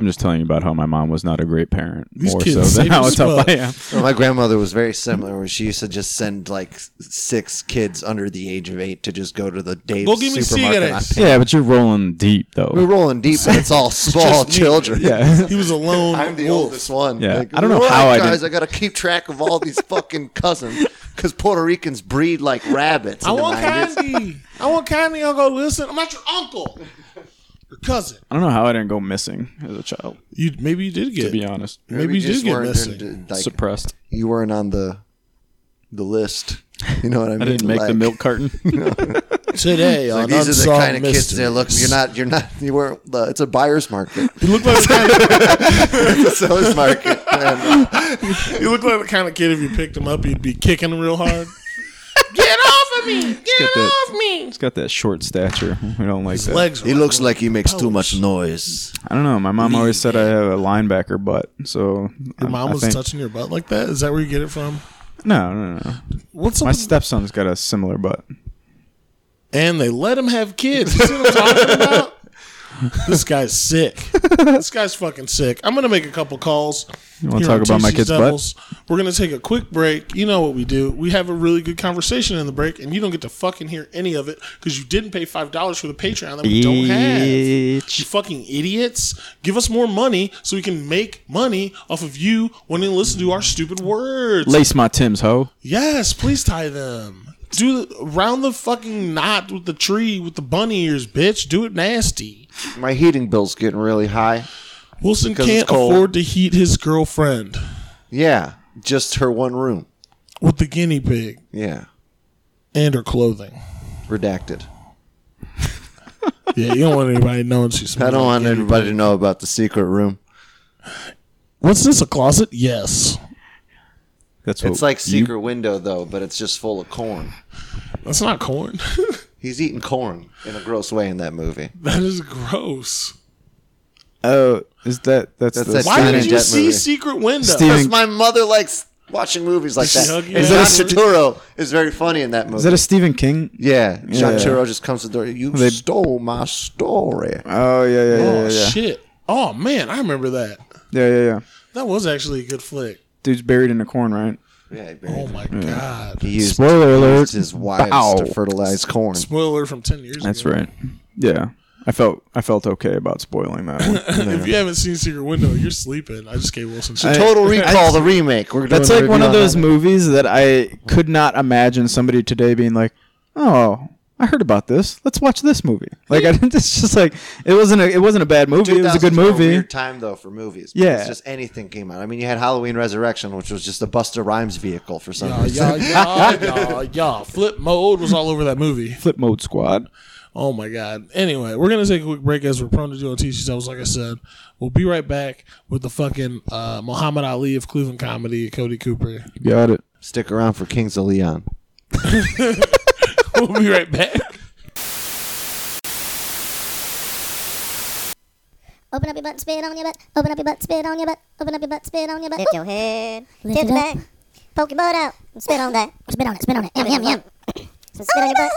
S3: I'm just telling you about how my mom was not a great parent,
S1: These
S3: more
S1: kids
S3: so
S1: safe
S3: than how
S1: as
S3: tough
S1: fuck.
S3: I am.
S2: Well, my grandmother was very similar, where she used to just send like s- six kids under the age of eight to just go to the Dave's
S1: Go get me
S2: supermarket.
S1: cigarettes.
S2: on-
S3: Yeah, but you're rolling deep
S2: We're
S3: though.
S2: rolling deep, and it's all small
S1: just me.
S2: children.
S3: Yeah.
S1: He was alone.
S2: I'm the
S1: wolf.
S2: oldest one.
S3: Yeah. I don't know how I
S2: "Alright, guys. I
S3: didn't-
S2: gotta keep track of all these fucking cousins because Puerto Ricans breed like rabbits. In
S1: I
S2: the
S1: want
S2: 90s.
S1: candy. I want candy, Uncle Wilson. I'm not your uncle. Your cousin.
S3: I don't know how I didn't go missing as a child.
S1: You maybe you did
S3: To
S1: get
S3: be honest,
S1: maybe, you did
S2: just
S1: get
S2: weren't
S1: missing.
S2: in- like,
S3: suppressed.
S2: you weren't on the the list. You know what I mean?
S3: I didn't make the
S2: Like-
S3: milk carton.
S1: Today
S2: Like,
S1: on
S2: these are the
S1: Unsolved
S2: kind of kids that
S1: Mysteries.
S2: look. You're not. You're not. You weren't. The, it's a buyer's market.
S1: You look like the kind
S2: It's a seller's market. man.
S1: of, you look like the kind of kid if you picked him up, you'd be kicking him real hard. get off of me! Get,
S3: that-
S1: off me!
S3: He's got that short stature. We don't like that.
S1: Legs.
S2: He looks like he makes too much noise.
S3: I don't know. My mom always said I have a linebacker butt. So
S1: Your
S3: I-
S1: mom
S3: I
S1: was
S3: think-
S1: touching your butt like that. Is that where you get it from?
S3: No, no, no.
S1: What's up?
S3: My
S1: with-
S3: stepson's got a similar butt.
S1: and they let him have kids. You see what I'm talking about? This guy's sick. This guy's fucking sick. I'm gonna make a couple calls. You
S3: wanna talk about my kid's butt?
S1: We're gonna take a quick break. You know what we do? We have a really good conversation in the break, and you don't get to fucking hear any of it because you didn't pay five dollars for the Patreon that we don't have. You fucking idiots! Give us more money so we can make money off of you wanting to listen to our stupid words.
S3: Lace my Tim's hoe.
S1: Yes, please tie them. Do the, round the fucking knot with the tree with the bunny ears, bitch. Do it nasty.
S2: My heating bill's getting really high.
S1: Wilson
S2: it's
S1: can't
S2: cold.
S1: afford to heat his girlfriend
S2: Yeah, just her one room.
S1: with the guinea pig
S2: Yeah,
S1: and her clothing.
S2: redacted.
S1: Yeah, you don't want anybody knowing she's.
S2: I don't want everybody to know about the secret room.
S1: What's this? A closet? Yes.
S3: That's what
S2: It's like
S3: you-
S2: secret window though, but it's just full of corn.
S1: That's not corn.
S2: He's eating corn in a gross way in that movie.
S1: that is gross.
S3: Oh, is that that's,
S2: That's
S3: the
S2: that
S1: Why
S2: Steven
S1: did
S2: and
S1: you
S2: Jet
S1: see
S2: movie.
S1: Secret Window?
S3: Steven-
S2: Because my mother likes watching movies like
S1: Does she
S2: that.
S1: hug you
S2: And John
S1: afterwards?
S2: Turturro is very funny in that movie.
S3: Is that a Stephen King?
S2: yeah, John
S3: Yeah.
S2: Turturro just comes to the door. You stole my story.
S3: Oh yeah, yeah, yeah,
S1: Oh
S3: yeah, yeah.
S1: shit! Oh man, I remember that.
S3: yeah, yeah, yeah.
S1: That was actually a good flick.
S3: Dude's buried in a corn, right?
S2: Yeah, he,
S1: Oh
S2: buried-
S1: my god!
S2: he used,
S3: Spoiler
S2: he
S3: alert.
S2: used his wives
S3: Bow.
S2: to fertilize corn.
S1: Spoiler from ten years.
S3: That's
S1: ago.
S3: right. Yeah, I felt I felt okay about spoiling that one.
S1: If you haven't seen Secret Window, you're sleeping. I just gave Wilson shit.
S2: Total Recall, the remake. We're
S3: That's
S2: doing a
S3: like one
S2: review
S3: of
S2: on
S3: those
S2: that.
S3: movies that I could not imagine somebody today being like, "Oh, I heard about this. Let's watch this movie. Like I didn't, it's just like it wasn't a it wasn't a bad movie. It was a good
S2: 2000s were
S3: movie.
S2: weird time though for movies. because
S3: Yeah.
S2: it's just anything came out. I mean, you had Halloween Resurrection, which was just a Buster Rhymes vehicle for some
S1: Yeah,
S2: reason.
S1: yeah, yeah, yeah, yeah. Flip mode was all over that movie.
S3: Flip mode squad.
S1: Oh my god. Anyway, we're gonna take a quick break as we're prone to do on TC's. Like I said, we'll be right back with the fucking uh, Muhammad Ali of Cleveland comedy, Cody Cooper.
S3: Got it.
S2: Stick around for Kings of Leon.
S1: we'll be right back.
S5: Open up your butt, spit on your butt. Open up your butt, spit on your butt. Open up your butt, spit on your butt.
S6: Dip your head,
S5: Lift
S6: dip
S5: it
S6: the
S5: up.
S6: back, poke your butt out, and spit on that.
S5: Spit on it, spit on it. Yum, yum, yum.
S6: So spit on your butt,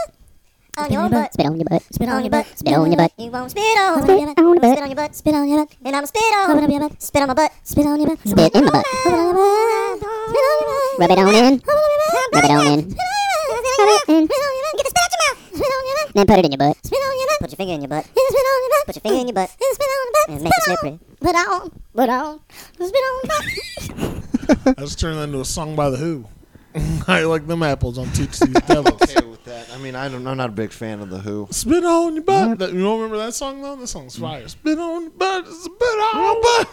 S6: on your own butt,
S5: Spit on your butt.
S6: spit on your butt,
S5: Spit on your butt.
S6: You won't spit on
S5: Spit
S6: my
S5: on your
S6: butt,
S5: butt.
S6: spit on your butt,
S5: Spit on your butt.
S6: and I'ma spit
S5: Open
S6: on
S5: up your butt.
S6: spit on my butt.
S5: Spit on your butt. Spit in my butt. Spit on your butt.
S6: Spit on your butt.
S5: Rub it on in.
S6: Rub
S5: Rub
S6: it
S5: it
S6: on
S5: on
S6: Spit on your butt.
S5: in. in.
S6: Spit on your butt. Get the spit out your mouth. Spit on your butt.
S5: Then put it in your butt.
S6: Spit on your butt. Put your finger in your butt. Spit on your butt. Put your finger in your butt. Spit on your butt. And make it slippery. Put on. Put on. Spit on your butt.
S1: Let's turn that into a song by the Who. I like them apples on TC's Devils.
S2: Okay with that. I mean, I don't. I'm not a big fan of the Who.
S1: Spit on your butt. That- you don't remember that song though? That song's fire. Spit on your butt. Spit on your butt.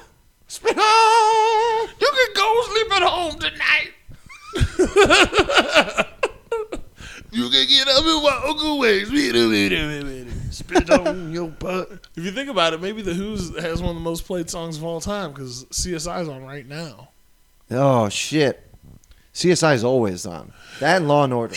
S1: Spit on. You can go sleep at home tonight. you can get up and walk away. Spit on your butt. Spit on your butt. If you think about it, maybe the Who's has one of the most played songs of all time because CSI's on right now.
S2: Oh shit. CSI is always on. That and Law and Order.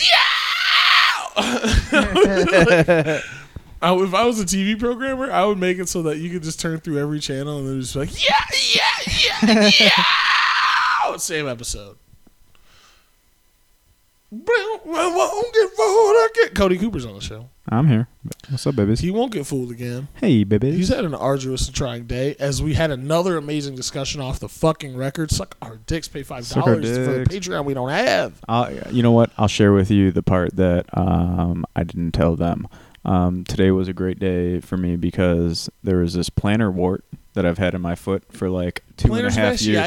S1: I, would- if I was a TV programmer, I would make it so that you could just turn through every channel and then just be like, yeah, yeah, yeah, yeah. Same episode. I won't get fooled again. Cody Cooper's on the show.
S3: I'm here. What's up, babies?
S1: He won't get fooled again.
S3: Hey, babies.
S1: He's had an arduous and trying day as we had another amazing discussion off the fucking record. Suck our dicks, pay $5
S3: Suck our
S1: for the
S3: dicks.
S1: Patreon we don't have.
S3: I'll, Uh, you know what? I'll share with you the part that um, I didn't tell them. Um, today was a great day for me because there was this plantar wart that I've had in my foot for like two and
S1: Plantar
S3: a half years.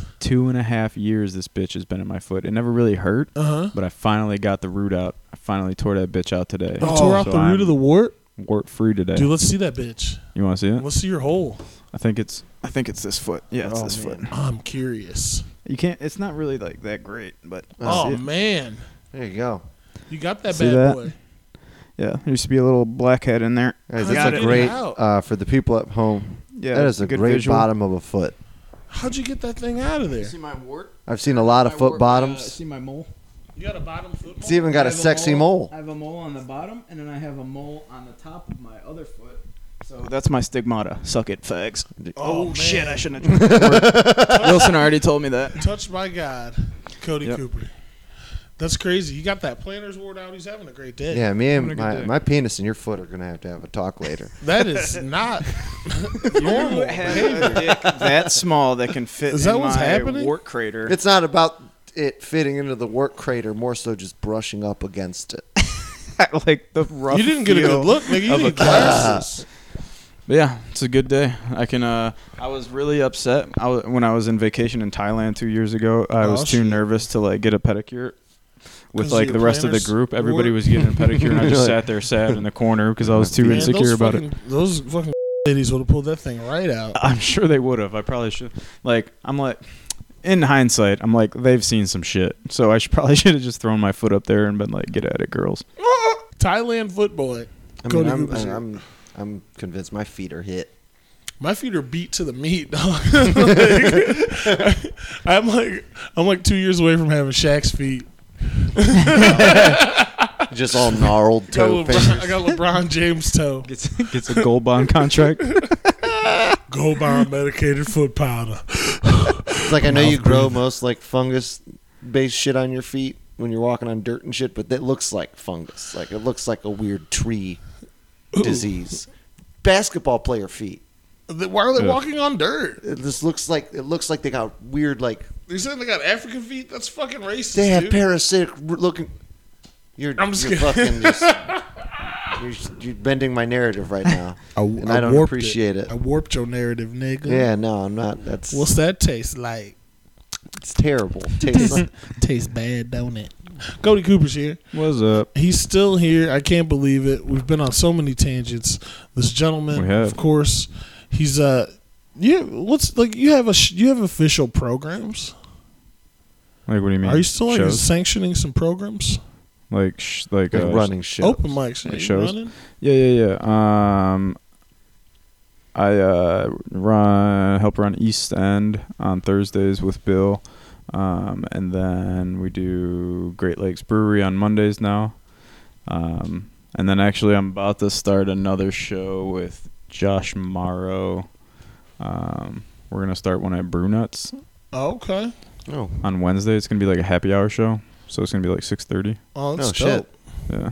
S1: fasciitis?
S3: Two and a half years, this bitch has been in my foot. It never really hurt,
S1: Uh huh.
S3: but I finally got the root out. I finally tore that bitch out today.
S1: You tore out the root of the wart?
S3: wart free today.
S1: Dude, let's see that bitch.
S3: you want to see it?
S1: Let's see your hole.
S3: I think it's. I think it's this foot. Yeah, it's
S2: Oh,
S3: this
S2: man.
S3: foot.
S1: I'm curious.
S3: You can't. It's not really like that great, but
S1: Oh
S3: yeah.
S1: man,
S2: There you go.
S1: you got that
S3: See
S1: bad
S3: that?
S1: boy.
S3: yeah, there used to be a little blackhead in there.
S2: Guys,
S1: Got
S2: that's a
S1: it
S2: great
S1: out.
S2: uh, for the people at home.
S3: Yeah,
S2: that is a
S3: good
S2: great
S3: visual.
S2: bottom of a foot.
S1: How'd you get that thing out of there?
S3: my wart?
S2: I've seen a lot of foot bottoms.
S3: uh, see my mole?
S1: You got a bottom foot.
S2: It's even got a
S3: I have a
S2: sexy
S3: mole.
S2: mole.
S3: I have a mole on the bottom, and then I have a mole on the top of my other foot. So Oh, that's my stigmata. Suck it, fags.
S1: Oh, man.
S3: shit! I shouldn't have. Drank that word. Wilson already told me that.
S1: Touched by God, Cody
S3: Yep.
S1: Cooper. That's crazy. You got that planner's ward out. He's having a great day.
S2: Yeah, me
S3: What a
S2: and
S3: good
S2: my,
S3: day.
S2: my penis and your foot are gonna have to have a talk later.
S1: That is not normal. behavior.
S3: a dick that small that can fit
S1: Is that in what's my happening? wart
S3: crater.
S2: It's not about it fitting into the work crater, more so just brushing up against it.
S3: like the rough.
S1: You didn't get a
S3: feel.
S1: good look, nigga. You
S3: of a
S1: need glasses.
S3: But yeah, it's a good day. I can. Uh, I was really upset. I wa when I was in vacation in Thailand two years ago. I
S1: Oh,
S3: was too
S1: shit.
S3: nervous to like get a pedicure.
S1: 'Cause
S3: With like
S1: your
S3: the rest of the
S1: planners
S3: group, everybody
S1: were-
S3: was getting a pedicure, and I just
S2: Really?
S3: sat there sad in the corner because I was too
S1: Man,
S3: insecure
S1: those
S3: about
S1: fucking,
S3: it.
S1: Those fucking ladies would have pulled that thing right out.
S3: I'm sure they would have. I probably should. Like I'm like, in hindsight, I'm like they've seen some shit, so I should probably should have just thrown my foot up there and been like, "Get at it, girls."
S1: Thailand foot boy.
S2: I mean,
S1: Cody
S2: I'm,
S1: Cooper's
S2: I'm,
S1: here.
S2: I'm I'm convinced my feet are hit.
S1: my feet are beat to the meat, dog. Like, I'm like I'm like two years away from having Shaq's feet.
S2: Just all gnarled
S1: Got
S2: toe
S1: LeBron- I
S2: fingers.
S1: got LeBron James toe.
S3: Gets gets a gold bond contract.
S1: Go buy medicated foot powder.
S2: It's like I know you grow most like fungus based shit on your feet when you're walking on dirt and shit, but that looks like fungus. Like it looks like a weird tree disease. Basketball player feet.
S1: Th- Why are they
S3: Yeah.
S1: walking on dirt?
S2: It just looks like it looks like they got weird like
S1: They said they got African feet. That's fucking racist.
S2: they have
S1: dude.
S2: parasitic r- looking. You're,
S1: I'm just
S2: you're fucking
S1: kidding.
S2: just. You're, s- you're bending my narrative right now, and I, don't
S1: warped
S2: appreciate it.
S1: I warped your narrative, nigga.
S2: yeah, no, I'm not. That's
S1: What's that taste like?
S2: it's terrible. Tastes like,
S1: Tastes bad, don't it? Cody Cooper's here.
S3: What's up?
S1: He's still here. I can't believe it. We've been on so many tangents. This gentleman,
S3: We have.
S1: of course, he's uh, yeah. What's like you have a sh- you have official programs?
S3: Like, what do you mean?
S1: Are you still like
S3: shows?
S1: sanctioning some programs?
S3: like sh- like
S2: Like
S3: uh,
S2: running shit.
S1: Open mics, are
S3: Like
S1: you
S3: shows?
S1: running?
S3: Yeah, yeah, yeah. Um, I uh, run help run East End on Thursdays with Bill, um, and then we do Great Lakes Brewery on Mondays now, um, and then actually I'm about to start another show with Josh Morrow. Um, we're gonna start one at Brewnuts
S1: Oh, okay.
S2: Oh,
S3: on Wednesday. It's gonna be like a happy hour show, so it's gonna be like six thirty.
S1: Oh, that's
S2: oh
S1: dope.
S2: shit.
S3: Yeah,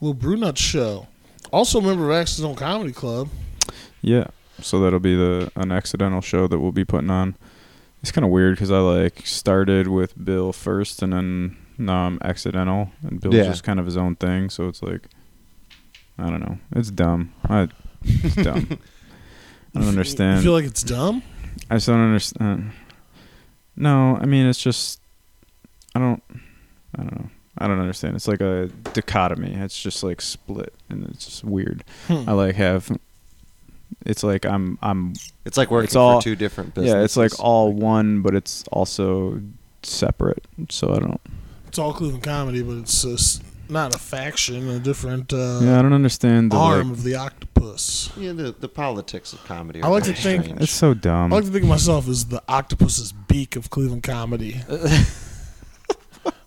S1: Little Brunut show. Also, a member of Accident Comedy Club.
S3: Yeah. So that'll be the an accidental show that we'll be putting on. It's kind of weird because I like started with Bill first, and then now I'm accidental, and Bill's
S2: Yeah.
S3: just kind of his own thing. So it's like, I don't know. It's dumb. I, it's dumb. I don't
S1: You
S3: understand.
S1: feel like it's dumb?
S3: I just don't understand. No, I mean it's just I don't I don't know. I don't understand. It's like a dichotomy. It's just like split and it's just weird.
S1: Hmm.
S3: I like have it's like I'm I'm
S2: It's like working
S3: It's all-
S2: for two different businesses.
S3: yeah, it's like all one but it's also separate. So I don't
S1: It's all Cleveland comedy, but it's just not a faction, a different uh,
S3: Yeah, I don't understand the
S1: arm
S3: like,
S1: of the octopus.
S2: Yeah, the, the politics of comedy.
S1: I
S2: are
S1: like to
S2: very
S1: think-
S2: strange.
S3: it's so
S1: I
S3: dumb.
S1: like to think of myself as the octopus's beak of Cleveland comedy,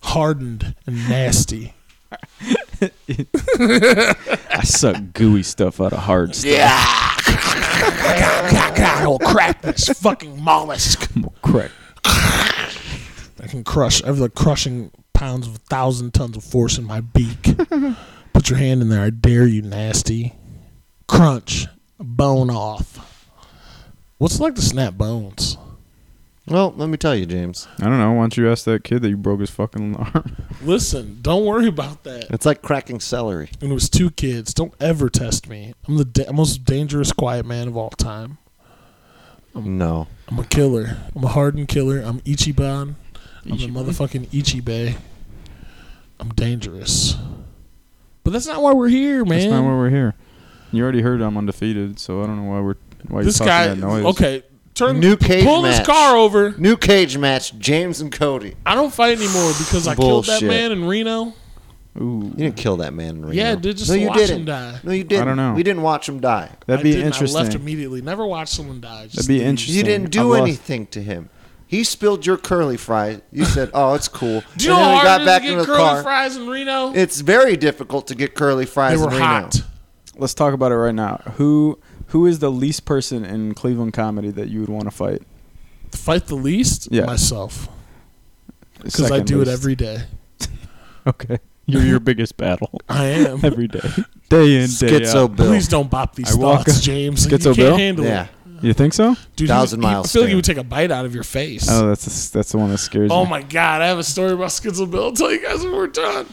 S1: hardened and nasty.
S3: I suck gooey stuff out of hard stuff.
S1: I will crack this fucking mollusk.
S3: Correct.
S1: I can crush. I have like crushing pounds of thousand tons of force in my beak. Put your hand in there. I dare you, nasty. Crunch, bone off. What's it like to snap bones?
S2: Well, let me tell you, James.
S3: I don't know. Why don't you ask that kid that you broke his fucking arm?
S1: Listen, don't worry about that.
S2: It's like cracking celery.
S1: When it was two kids, don't ever test me. I'm the da- most dangerous quiet man of all time. Oh.
S2: No.
S1: I'm a killer. I'm a hardened killer. I'm Ichiban. I'm a
S3: Ichiban.
S1: motherfucking Ichibei. I'm dangerous. But that's not why we're here, man.
S3: That's not why we're here. You already heard I'm undefeated, so I don't know why we're why
S1: this
S3: you're
S1: guy.
S3: talking that noise.
S1: Okay, turn
S2: New cage
S1: Pull
S2: match.
S1: this car over.
S2: New cage match, James and Cody.
S1: I don't fight anymore because I killed that
S2: Bullshit.
S1: man in Reno.
S3: Ooh,
S2: You didn't kill that man in Reno.
S1: Yeah, dude, just
S2: no, you
S1: watch him
S2: didn't.
S1: die.
S2: No, you didn't.
S3: I don't know.
S2: We didn't watch him die.
S3: that'd
S1: I
S3: be
S1: didn't.
S3: interesting.
S1: I left immediately. Never watched someone die. Just
S3: That'd be
S1: leave.
S3: interesting.
S2: You didn't
S3: I've
S2: do
S3: lost-
S2: anything to him. He spilled your curly fries. You said, "Oh, it's cool."
S1: Do you know
S2: and
S1: how
S2: then we
S1: hard it
S2: got
S1: is
S2: back
S1: to
S2: in
S1: get
S2: the
S1: curly
S2: car.
S1: fries in Reno?
S2: It's very difficult to get curly
S1: they
S2: fries.
S1: were
S2: in Reno.
S1: hot.
S3: Let's talk about it right now. Who who is the least person in Cleveland comedy that you would want to fight?
S1: Fight the least?
S3: Yeah.
S1: Myself. Because I do it every day.
S3: Okay, you're your biggest battle
S1: I am.
S3: every day, day in day
S2: Schizo
S3: out.
S2: Bill.
S1: Please don't bop these
S3: I walk
S1: thoughts,
S3: up-
S1: James.
S3: Schizo
S1: you can't
S3: Bill?
S1: handle
S2: Yeah.
S1: it.
S3: You think so?
S1: Dude,
S2: Thousand
S1: he, he-
S2: miles
S1: I feel like
S2: stand.
S1: he would take a bite out of your face.
S3: Oh, that's that's the one that scares
S1: Oh
S3: me.
S1: my god, I have a story about Schizo Bill. I'll tell you guys when we're done.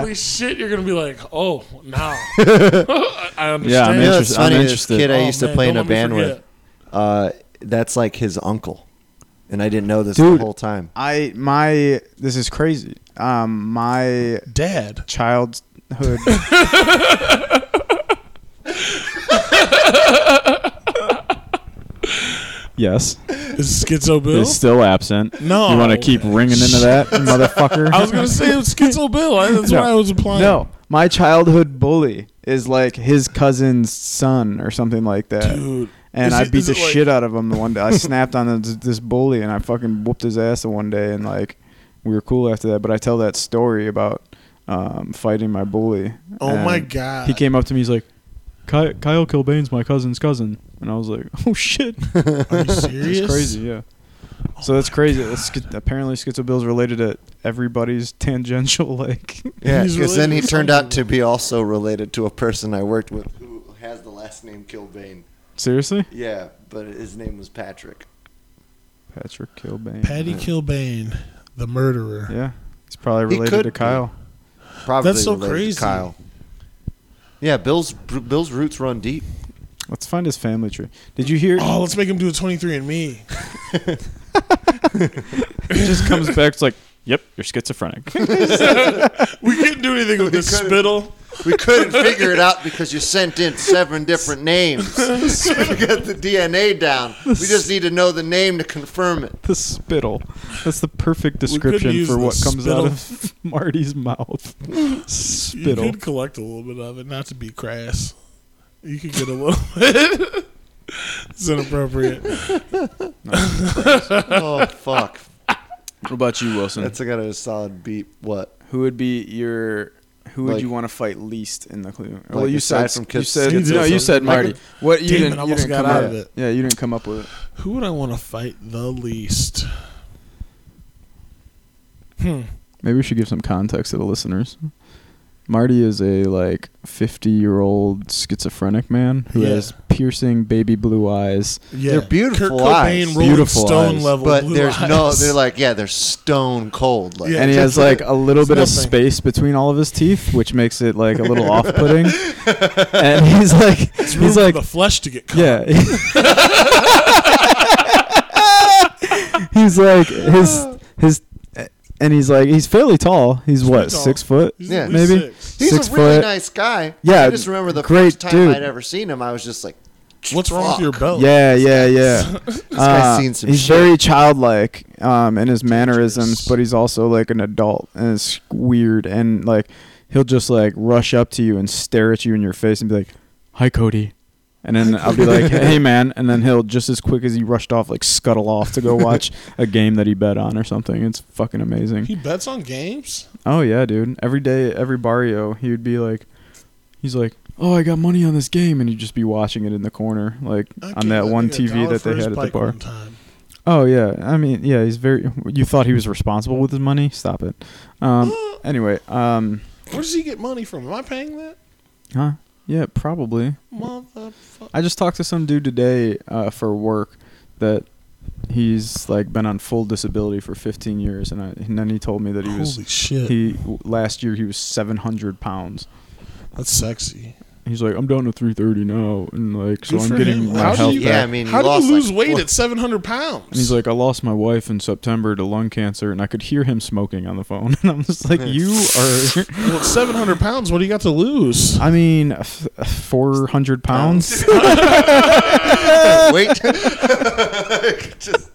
S1: Holy shit, you're gonna be like, oh, now I I
S3: Yeah, I'm
S1: understand.
S2: You know,
S3: interested.
S2: it's funny.
S3: I'm
S2: This
S3: interested.
S2: kid I
S1: Oh,
S2: used
S1: man,
S2: to play in
S1: don't
S2: a
S1: let me
S2: band with.
S1: forget.
S2: Uh, that's like his uncle, and I didn't know this
S3: Dude.
S2: the whole time.
S3: I my this is crazy. Um, my
S1: Dad.
S3: childhood. yes,
S1: Is Schizo Bill?
S3: it's still absent.
S1: No.
S3: you want to keep ringing into that, motherfucker.
S1: I was gonna say it's Schizo Bill. I- That's
S3: No.
S1: why I was applying.
S3: No, my childhood bully is like his cousin's son or something like that.
S1: Dude.
S3: And
S1: Is
S3: I
S1: it-
S3: beat
S1: is
S3: the
S1: it like-
S3: shit out of him the one day. I snapped on this, this bully and I fucking whooped his ass the one day and like we were cool after that. But I tell that story about um, fighting my bully.
S1: Oh my
S3: and
S1: god.
S3: He came up to me. He's like, Ky- Kyle Kilbane's my cousin's cousin, and I was like, oh shit,
S1: Are you serious? Oh
S3: that's crazy. Yeah. So that's crazy. That's, schi- apparently, Schizobill's related to everybody's tangential like
S2: Yeah,
S1: He's
S2: because then
S1: related
S2: he
S1: to
S2: turned
S1: something.
S2: out to be also related to a person I worked with who has the last name Kilbane.
S3: Seriously?
S2: Yeah, but his name was Patrick.
S3: Patrick Kilbane.
S1: Patty Kilbane, the murderer.
S3: Yeah. He's probably
S2: He
S3: related
S2: could
S3: to
S2: be.
S3: Kyle.
S2: Probably
S1: That's so
S2: related to
S1: crazy.
S2: Kyle. Yeah, Bill's Bill's roots run deep.
S3: Let's find his family tree. Did you hear?
S1: Oh, let's make him do a 23 and me.
S3: He just comes back. It's like, Yep, you're schizophrenic.
S1: We couldn't do anything with this
S2: couldn't.
S1: spittle.
S2: We couldn't figure it out because you sent in seven different names. So we got the DNA down. We just need to know the name to confirm it.
S3: the spittle. That's the perfect
S1: could description
S3: description
S1: use for
S3: for
S1: the
S3: what comes out
S1: spittle.
S3: of Marty's mouth.
S1: You
S3: spittle.
S1: could collect a little bit of it, not to be crass. You could get a little bit. it's inappropriate.
S2: Oh fuck!
S3: What about you, Wilson?
S2: That's got a solid beat. What?
S3: who would be your? Who would
S2: Like-
S3: you want to fight least in the clue?
S2: Like aside from
S3: you
S2: Kiss-
S3: said
S1: Kiss
S3: no. You
S1: Wilson.
S3: said Marty. What you
S1: Damn it,
S3: didn't?
S1: I
S3: you
S1: almost
S3: didn't
S1: got
S3: come
S1: out
S3: up-
S1: of it.
S3: Yeah, you didn't come up with it.
S1: Who would I want to fight the least? Hmm.
S3: Maybe we should give some context to the listeners. Marty is a like 50 year old schizophrenic man who
S1: Yeah.
S3: has piercing baby blue eyes.
S1: Yeah.
S2: They're beautiful
S1: Kurt Cobain,
S2: eyes.
S1: Rolling
S3: Beautiful
S1: Stone
S3: eyes.
S1: level.
S2: But
S1: blue
S2: there's no.
S1: eyes.
S2: They're like yeah, they're stone cold. Like
S1: Yeah.
S3: and he has like a little
S1: It's
S3: bit of
S1: nothing.
S3: space between all of his teeth, which makes it like a little off putting. And he's like,
S1: room
S3: he's like,
S1: for the flesh to get cut.
S3: yeah. he's like his his, and he's like he's fairly tall. He's what
S1: tall.
S3: six foot?
S1: He's
S2: Yeah.
S1: at least
S3: Maybe.
S1: six.
S2: he's
S3: six
S2: a really
S3: foot.
S2: nice guy.
S3: Yeah,
S2: I just remember the
S3: great
S2: first time
S3: dude.
S2: I'd ever seen him, I was just like,
S1: What's wrong
S2: Fuck.
S1: with your belt?
S3: Yeah, yeah, yeah.
S2: this guy's seen some
S3: Uh, he's
S2: shit.
S3: very childlike um, in his mannerisms,
S1: Dangerous.
S3: but he's also like an adult and it's weird and like he'll just like rush up to you and stare at you in your face and be like, "Hi, Cody." And then I'll be like, "Hey, man!" And then he'll just as quick as he rushed off, like scuttle off to go watch a game that he bet on or something. It's fucking amazing.
S1: He bets on games.
S3: Oh yeah, dude. Every day, every barrio, he would be like, he's like, "Oh, I got money on this game," and he'd just be watching it in the corner, like
S1: I
S3: on
S1: gave
S3: that one
S1: nigga a
S3: TV
S1: dollar
S3: that
S1: for
S3: they
S1: his
S3: had at the
S1: bike
S3: bar.
S1: one time.
S3: Oh yeah, I mean yeah, he's very. You thought he was responsible with his money? Stop it. Um,
S1: Uh.
S3: anyway, um,
S1: Where does he get money from? Am I paying that?
S3: huh? Yeah, probably.
S1: Motherfucker.
S3: I just talked to some dude today uh, for work that he's like been on full disability for 15 years, and, I, and then he told me that he was
S1: Holy shit.
S3: he last year he was 700 pounds.
S1: That's sexy.
S3: He's like, I'm down to 330 now, and like, so
S1: Good for
S3: I'm getting
S1: him.
S3: my
S1: How do
S3: health
S1: you-
S3: back.
S2: yeah. I mean, he
S1: How do
S2: lost,
S1: you lose
S2: like,
S1: weight
S2: four-
S1: at 700 pounds?
S3: And he's like, I lost my wife in September to lung cancer, and I could hear him smoking on the phone. And I'm just like, you are.
S1: well, at 700 pounds, what do you got to lose?
S3: I mean, f- f- 400 pounds.
S2: wait. just,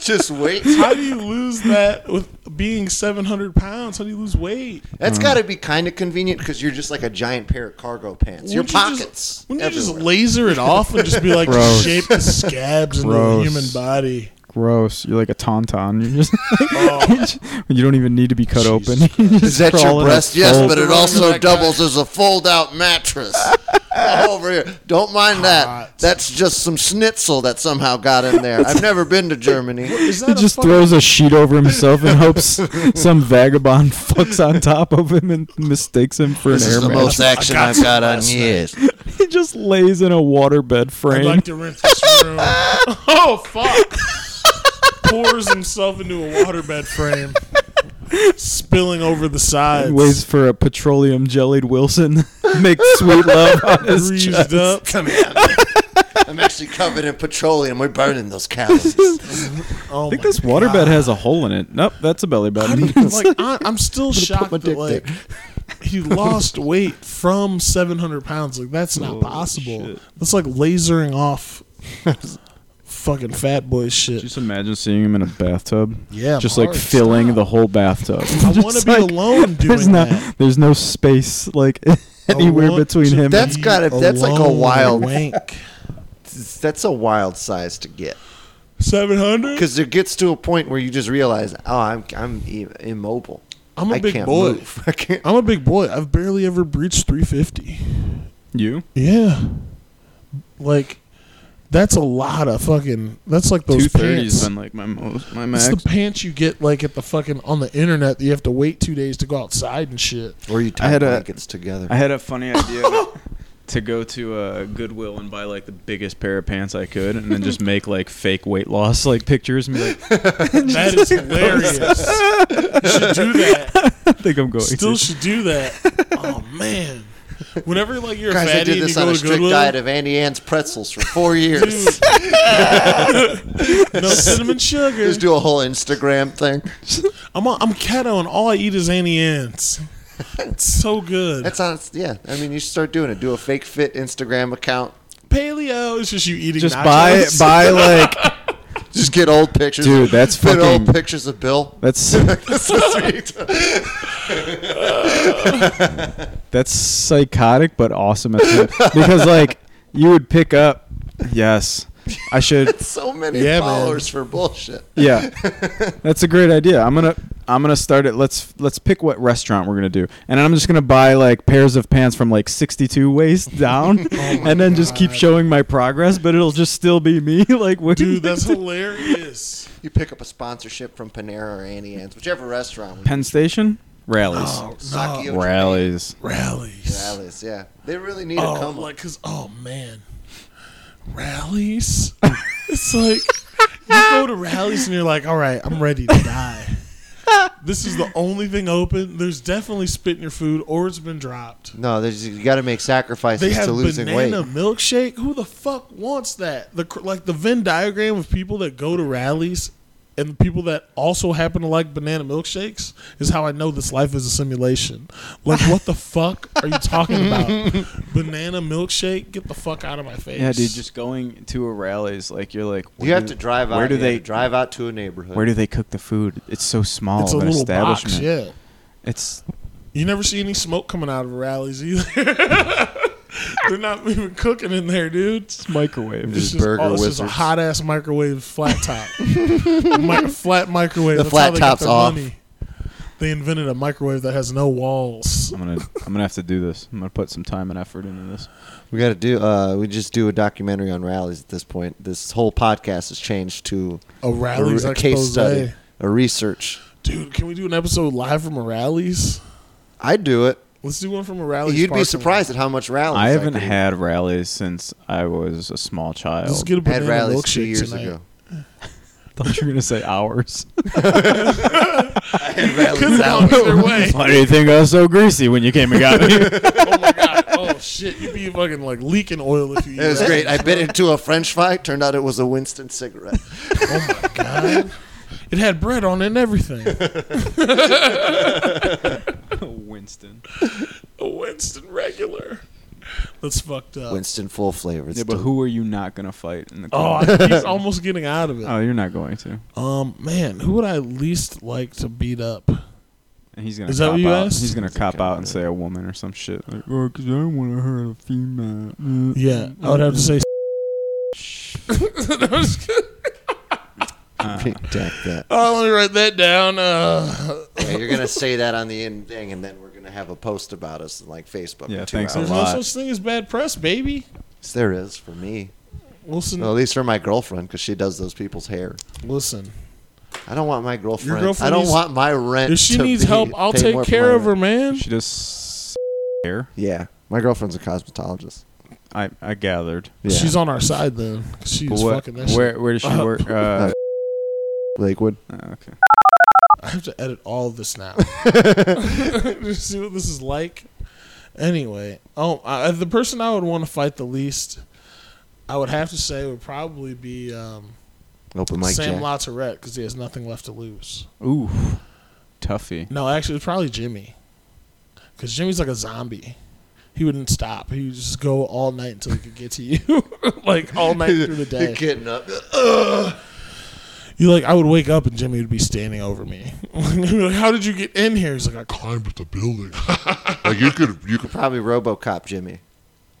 S2: just wait.
S1: How do you lose that with being 700 pounds? How do you lose weight?
S2: That's got to be kind of convenient because you're just like a giant pair of cargo pants. Your
S1: Wouldn't you just-
S2: pockets.
S1: Wouldn't you just
S2: everywhere.
S1: laser it off and just be like,
S3: Gross.
S1: shape the scabs in the
S3: Gross.
S1: human body?
S3: Gross. You're like a tauntaun. You're just. you don't even need to be cut open. You
S2: Oh. Is
S3: just
S2: that
S3: crawl
S2: your
S3: in a
S2: breast? Yes,
S3: fold.
S2: but it also doubles as a fold-out mattress. Come over here. Don't mind
S1: Hot.
S2: that. That's just some schnitzel that somehow got in there. I've never been to Germany.
S1: Is
S3: He
S1: that a
S3: just
S1: fucking-
S3: throws a sheet over himself and hopes some vagabond fucks on top of him and mistakes him for
S2: This
S3: an
S2: is the
S3: airman.
S2: most action
S1: got
S2: I've
S1: some
S2: got on
S1: last
S2: years.
S3: he just lays in a waterbed
S1: I'd
S3: frame.
S1: like to rent this room. oh, fuck. Pours himself into a waterbed frame, spilling over the sides.
S3: and waits for a petroleum jellied Wilson. Make sweet love on his
S1: greased
S3: chest.
S1: up.
S2: Come here. I'm actually covered in petroleum. We're burning those calories.
S1: Oh
S3: I think this waterbed has a hole in it. Nope, that's a belly button.
S1: like I, I'm still shocked
S2: my
S1: that
S2: dick
S1: like he lost weight from 700 pounds. Like that's not possible.
S3: shit.
S1: That's like lasering off fucking fat boy shit.
S3: Just imagine seeing him in a bathtub.
S1: Yeah,
S3: just like
S1: Mark,
S3: filling the whole bathtub.
S1: I want to be alone
S3: There's
S1: doing
S3: not.
S1: that.
S3: There's no space like anywhere
S1: want
S3: between
S1: to
S3: him.
S2: That's
S1: Be
S2: gotta- that's like a
S1: alone
S2: wild-
S1: wank.
S2: That's a wild size to get.
S1: 700.
S2: because it gets to a point where you just realize, oh, I'm I'm i- immobile.
S1: I'm a
S2: I
S1: big
S2: can't
S1: boy.
S2: Move. I can't.
S1: I'm a big boy. I've barely ever breached 350.
S3: and you
S1: Yeah, like that's a lot of fucking. That's like those
S3: two thirty's
S1: pants.
S3: been like my most my
S1: It's
S3: max.
S1: the pants you get like at the fucking on the internet that you have to wait two days to go outside and shit.
S2: Or you tie
S3: had a-
S2: blankets together.
S3: I had a funny idea to go to uh, Goodwill and buy like the biggest pair of pants I could, and then just make like fake weight loss like pictures and be like,
S1: That is hilarious. you should do that.
S3: I think I'm going.
S1: Still
S3: to.
S1: should do that. Oh man. Whenever like you're a
S2: Guys, I
S1: fatty
S2: did
S1: and you
S2: this on
S1: go
S2: a
S1: to
S2: strict
S1: Goodwill,
S2: diet of Andy Ann's pretzels for four years.
S1: no cinnamon sugar.
S2: Just do a whole Instagram thing.
S1: I'm a, I'm keto and all I eat is Annie ants. It's so good.
S2: That's on. Yeah, I mean, you should start doing it. Do a fake fit Instagram account.
S1: paleo. It's just you eating.
S3: Just buy
S1: nachos.
S3: buy like
S2: Just get old pictures,
S3: Dude, that's
S2: Get old
S3: fucking-
S2: pictures of Bill.
S3: that's
S2: This is ridiculous.
S3: that's psychotic but awesome at the because like you would pick up yes I should
S2: so many
S1: Yeah, man.
S2: followers for bullshit.
S3: yeah that's a great idea i'm gonna i'm gonna start it let's let's pick what restaurant we're gonna do and i'm just gonna buy like pairs of pants from like 62 waist down and then just keep showing my progress but it'll just still be me like what
S1: Dude, that's hilarious.
S2: You pick up a sponsorship from Panera or Annie Ann's, whichever restaurant.
S3: penn station rallies
S2: Sakio
S3: rallies
S1: Rallies.
S2: Alice, yeah, they really need a
S1: Oh,
S2: come
S1: like, cause oh man, rallies. it's like you go to rallies and you're like, all right, I'm ready to die. this is the only thing open. There's definitely spit in your food, or it's been dropped.
S2: No, there's, you got to make
S1: They
S2: sacrifices
S1: have
S2: to losing
S1: banana
S2: weight.
S1: milkshake. Who the fuck wants that? The cr- like the Venn diagram of people that go to rallies and the people that also happen to like banana milkshakes is how I know this life is a simulation. Like what the fuck are you talking about? banana milkshake? Get the fuck out of my face.
S3: yeah dude just going to a rally is like you're like
S2: You have to drive out.
S3: where do
S2: you have
S3: they
S2: to drive out to a neighborhood?
S3: where do they cook the food it's so small
S1: it's a
S3: of an
S1: little
S3: establishment
S1: box, yeah.
S3: it's
S1: You never see any smoke coming out of rallies either. They're not even cooking in there, dude.
S3: microwave
S1: It's
S3: just
S1: just,
S3: burger
S1: oh, it's just
S3: wizards
S1: a hot ass microwave flat top. Mi- flat microwave.
S2: The
S1: That's
S2: flat
S1: how they
S2: top's
S1: got their
S2: off.
S1: Money. They invented a microwave that has no walls.
S3: i'm gonna i'm gonna have to do this i'm gonna put some time and effort into this
S2: We got to do. Uh, we just do a documentary on rallies at this point. This whole podcast has changed to
S1: A rallies
S2: a, a
S1: expose.
S2: case study, a research.
S1: Dude, can we do an episode live from a rallies?
S2: I'd do it.
S1: Let's do one from a rallies.
S2: You'd
S1: parking
S2: be
S1: lot.
S2: surprised at how much rallies.
S3: I haven't
S2: could eat.
S3: had rallies since I was a small child.
S1: Let's get a
S2: I had
S1: banana
S2: rallies
S1: milkshake
S2: two years
S1: tonight.
S2: ago.
S3: thought you were gonna say hours.
S2: I had rallies
S1: Could've gone
S2: out.
S1: either way.
S3: Why do you think I was so greasy when you came and got me?
S1: oh my god! Oh shit! You'd be fucking like leaking oil if you.
S2: It was great. I bit into a French fry. Turned out it was a Winston cigarette.
S1: Oh my god! It had bread on it and everything.
S3: Winston.
S1: a Winston regular. That's fucked up.
S2: Winston full flavor. It's
S3: Yeah, but
S2: still-
S3: who are you not gonna fight in the?
S1: Oh, I
S3: Oh,
S1: think he's almost getting out of it.
S3: oh, you're not going to.
S1: Um, man, who would I least like to beat up?
S3: And he's gonna.
S1: Is that
S3: cop
S1: what you
S3: out.
S1: asked?
S3: He's gonna cop out and say a woman or some shit. Like, oh, cause I don't want to hurt a female. Mm.
S1: Yeah, I would have to say.
S3: Uh,
S2: Reject that.
S1: Oh, let me write that down. Uh,
S2: Yeah, you're gonna say that on the end thing, and then we're gonna have a post about us on like Facebook.
S3: Yeah,
S2: in two
S3: thanks a
S2: hours.
S1: there's no
S3: lot.
S1: such thing as bad press, baby.
S2: There is for me.
S1: Listen,
S2: Well, at least for my girlfriend, because she does those people's hair.
S1: listen.
S2: I don't want my girlfriend. I
S1: girlfriend
S2: don't
S1: needs-
S2: want my rent.
S1: If she
S2: to
S1: needs
S2: be-
S1: help, I'll
S2: pay
S1: take
S2: more for
S1: care
S2: my
S1: of her,
S2: rent.
S1: man.
S3: she just hair.
S2: Yeah, my girlfriend's a cosmetologist.
S3: I I gathered.
S2: Yeah.
S1: She's on our side then. She's
S3: What-
S1: fucking that shit.
S3: where where does she
S1: up.
S3: work? Uh,
S2: Lakewood.
S3: oh, okay.
S1: I have to edit all of this now. Just see what this is like. Anyway, oh, I, the person I would want to fight the least, I would have to say, would probably be um,
S2: Open mic
S1: Sam
S2: Jack.
S1: LaTourette because he has nothing left to lose.
S3: Ooh, toughy.
S1: No, actually, it's probably Jimmy because Jimmy's like a zombie. He wouldn't stop. He would just go all night until he could get to you, like all night through the day.
S2: Getting up.
S1: You like, I would wake up and Jimmy would be standing over me. He'd be like, How did you get in here? He's like, I climbed
S4: Climbed up the building. like you could, you could.
S2: Probably RoboCop Jimmy.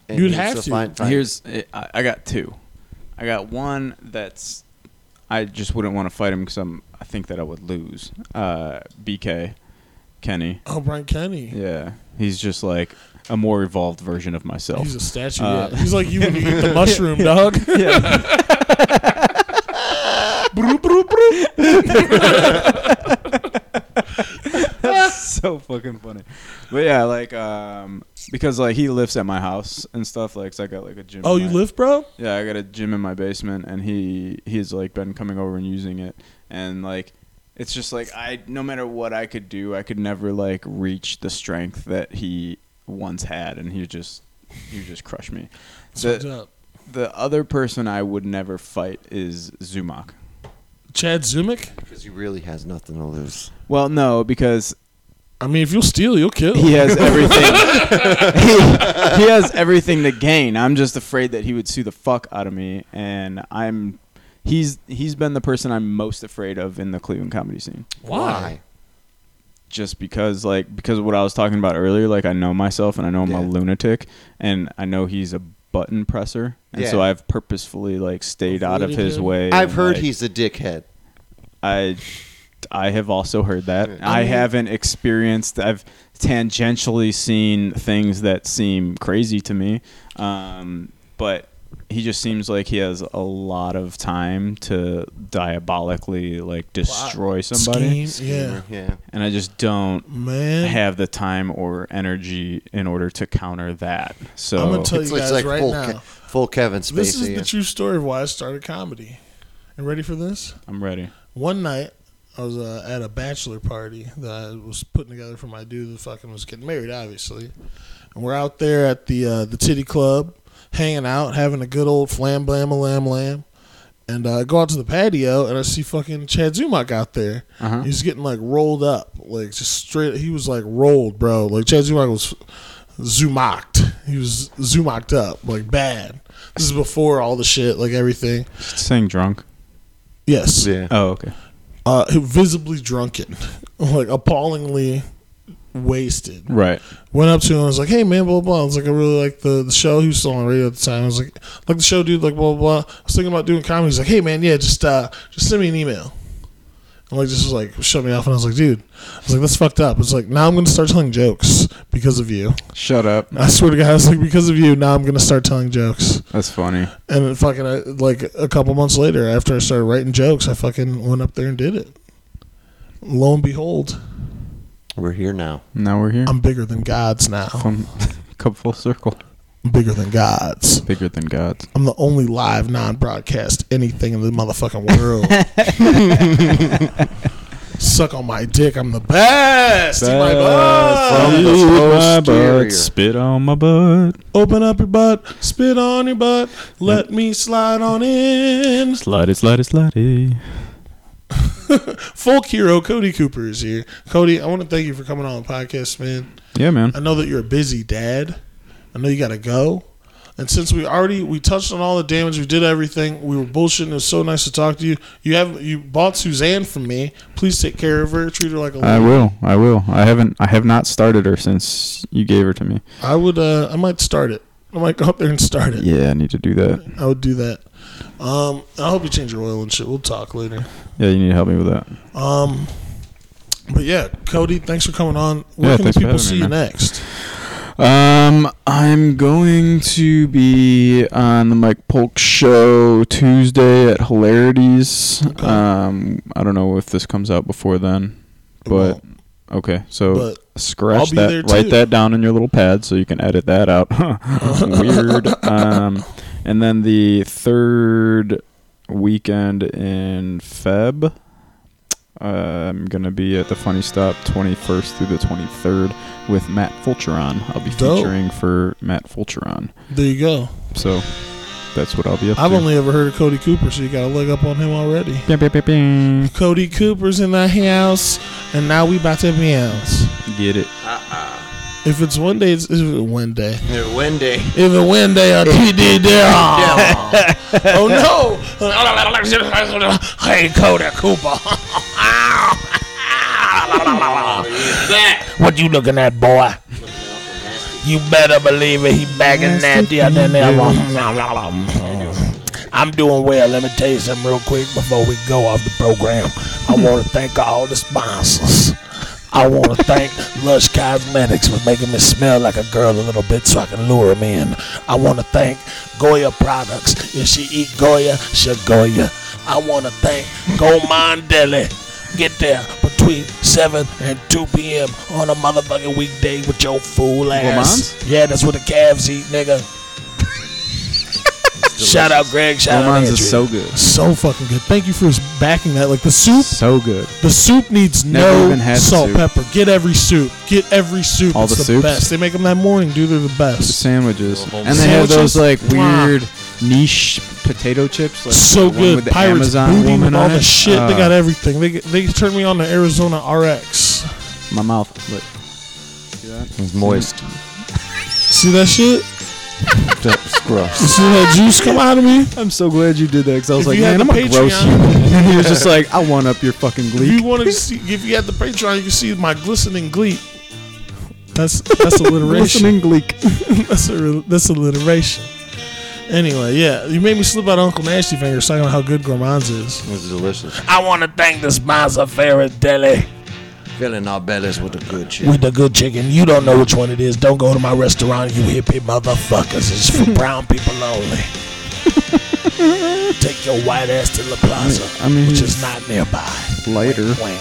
S2: And
S1: You'd
S2: he's
S1: have
S2: a
S1: to.
S2: fine- fine-
S3: Here's I, I got two. I got one that's I just wouldn't want to fight him because I'm I think that I would lose. Uh, BK Kenny,
S1: Oh, Brian Kenny.
S3: yeah, he's just like a more evolved version of myself.
S1: He's a statue.
S3: Uh,
S1: yeah. He's like you when you eat the mushroom, dog.
S3: yeah,
S1: Broop, broop, broop.
S3: that's so fucking funny. But yeah, like um, because like he lives at my house and stuff. Like, 'cause I got like a gym.
S1: oh,
S3: in
S1: you
S3: my-
S1: live, bro?
S3: Yeah, I got a gym in my basement, and he he's like been coming over and using it, and like it's just like I no matter what I could do, I could never like reach the strength that he
S7: once had, and he just he just crushed me.
S1: What's
S7: The,
S1: up?
S7: the other person I would never fight is Zumak.
S1: Chad Zumick?
S2: Because he really has nothing to lose.
S7: Well, no, because
S1: I mean, if you'll steal, you'll kill.
S7: he has everything. he, he has everything to gain. I'm just afraid that he would sue the fuck out of me, and I'm. He's he's been the person I'm most afraid of in the Cleveland comedy scene.
S1: Why?
S7: Just because like because of what I was talking about earlier, like I know myself and I know I'm a
S2: Yeah.
S7: lunatic, and I know he's a button presser, and so
S2: Yeah.
S7: I've purposefully like stayed out of
S1: Avoided
S7: his
S1: him.
S7: way.
S2: I've
S7: and,
S2: heard
S7: like,
S2: he's a dickhead.
S7: I I have also heard that. I haven't experienced. I've tangentially seen things that seem crazy to me, um, but he just seems like he has a lot of time to diabolically like destroy somebody,
S1: Scheme? Yeah.
S2: Yeah.
S7: and I just don't
S1: Man.
S7: have the time or energy in order to counter that. So
S1: I'm gonna tell
S2: It's,
S1: you guys
S2: like
S1: right
S2: full,
S1: now.
S2: Ke- full Kevin Spacey.
S1: this is the true story of why I started comedy. And ready for this?
S7: I'm ready.
S1: One night, I was uh, at a bachelor party that I was putting together for my dude that fucking was getting married, obviously. And we're out there at the uh, the Titty Club, hanging out, having a good old flam blam a lam lam. And uh, I go out to the patio and I see fucking Chad Zumach out there.
S7: Uh-huh.
S1: He's getting like rolled up, like just straight. He was like rolled, bro. Like Chad Zumach was Zumacked. He was Zumacked up, like bad. This is before all the shit, like everything.
S7: Saying drunk.
S1: Yes
S2: yeah.
S7: Oh, okay.
S1: uh, visibly drunken, like appallingly wasted.
S7: Right.
S1: Went up to him and was like, "Hey man, blah blah." I was like, "I really like the, the show." He was still on radio at the time. I was like, "Like the show, dude." Like blah blah. blah. I was thinking about doing comedy. He's like, "Hey man, yeah, just uh, just send me an email." And like just was like shut me off, and I was like, "Dude," I was like, "That's fucked up." It's like now I'm gonna start telling jokes because of you.
S7: Shut up.
S1: I swear to God, it's like because of you. Now I'm gonna start telling jokes.
S7: That's funny.
S1: And then fucking uh, like a couple months later, after I started writing jokes, I fucking went up there and did it. Lo and behold,
S2: We're here now.
S7: Now we're here.
S1: I'm bigger than gods now.
S7: Come, come full circle.
S1: I'm bigger than gods.
S7: Bigger than God's.
S1: I'm the only live non-broadcast anything in the motherfucking world. Suck on my dick. I'm the best. Eat my butt.
S2: From the
S7: my
S2: posterior.
S7: butt. Spit on my butt.
S1: Open up your butt. Spit on your butt. Let me slide on in.
S7: Slutty, slutty, slutty.
S1: Folk hero Cody Cooper is here. Cody, I want to thank you for coming on the podcast, man.
S7: Yeah, man.
S1: I know that you're a busy dad. I know you got to go. And since we already we touched on all the damage, we did everything. We were bullshitting. It was so nice to talk to you. You have you bought Suzanne from me. Please take care of her. Treat her like a
S7: I
S1: lady.
S7: will. I will. I haven't. I have not started her since you gave her to me.
S1: I would. Uh, I might start it. I might go up there and start it.
S7: Yeah, I need to do that.
S1: I would do that. Um, I hope you change your oil and shit. We'll talk later.
S7: Yeah, you need to help me with that.
S1: Um, but yeah, Cody, thanks for coming on. Where
S7: Yeah,
S1: can the
S7: thanks for
S1: people
S7: having
S1: see
S7: me,
S1: you
S7: man.
S1: next?
S7: Um, I'm going to be on the Mike Polk show Tuesday at Hilarities. Um, I don't know if this comes out before then, but okay. So
S1: But I'll
S7: scratch
S1: be there
S7: that.
S1: too.
S7: Write that down in your little pad so you can edit that out. Weird. um, and then the third weekend in Feb. Uh, I'm gonna be at the Funny Stop 21st through the 23rd with Matt Fulcheron. I'll be
S1: Dope.
S7: featuring for Matt Fulcheron,
S1: There you go.
S7: so that's what I'll be up
S1: I've
S7: to.
S1: only ever heard of Cody Cooper, so you got a leg up on him already.
S7: Bing, bing, bing, bing.
S1: Cody Cooper's in the house, and now we about to bounce.
S7: Get it?
S1: If it's one day, it's, if it's one day.
S2: Yeah, Wendy.
S1: If it's one day, a TD down. oh no! hey, Cody Cooper. what you looking at, boy? You better believe it. He bagging nattier than ever.
S8: I'm doing well. Let me tell you something real quick before we go off the program. I want to thank all the sponsors. I want to thank Lush Cosmetics for making me smell like a girl a little bit so I can lure them in. I want to thank Goya Products. If she eat Goya, she'll Goya. I want to thank Gourmand Deli. Get there between 7 and 2 p.m. on a motherfucking weekday with your fool ass.
S7: Gourmand's?
S8: Yeah, that's what the calves eat, nigga. Shout out Greg. Shout out
S7: Roman's
S8: Andrew.
S7: is so good.
S1: So fucking good. Thank you for backing that. Like the soup,
S7: So good.
S1: the soup needs
S7: Never
S1: no
S7: even had the
S1: salt,
S7: soup.
S1: pepper. Get every soup. Get every soup.
S7: All
S1: it's
S7: the
S1: the
S7: soups?
S1: best. They make them that morning, dude. They're the
S7: The
S1: best.
S7: sandwiches.
S2: Little
S7: And they have
S1: Sandwiches?
S7: those like
S1: Wow.
S7: weird niche potato chips. Like
S1: so
S7: the one
S1: good.
S7: With the
S1: Pirates
S7: Amazon
S1: booty
S7: woman
S1: and all
S7: on
S1: the
S7: it.
S1: shit. they
S7: Uh,
S1: got everything. They they turned me on to Arizona RX.
S7: Uh, My mouth is lit.
S2: It's moist.
S1: See that shit?
S2: That's gross.
S1: You see that juice come out of me?
S7: I'm so glad you did that because I was
S1: If
S7: like,
S1: you had
S7: man, I'm
S1: the
S7: gonna gross you.
S1: Patreon-
S7: And he was just like, I want up your fucking
S1: If you
S7: gleek.
S1: want to see, if you had the Patreon, you can see my glistening gleek. That's that's alliteration.
S7: Listening gleek.
S1: that's, a, that's alliteration. Anyway, yeah, you made me slip out Uncle Nasty Fingers talking about how good Gourmand's is.
S2: It's delicious.
S8: I want to thank the sponsor, Ferris Deli.
S2: Filling our bellies with the good shit.
S8: With the good chicken. You don't know which one it is. Don't go to my restaurant, you hippie motherfuckers. It's for brown people only. Take your white ass to La Plaza,
S7: I mean,
S8: which
S7: he's-
S8: is not nearby.
S7: Lighter.
S8: Wank.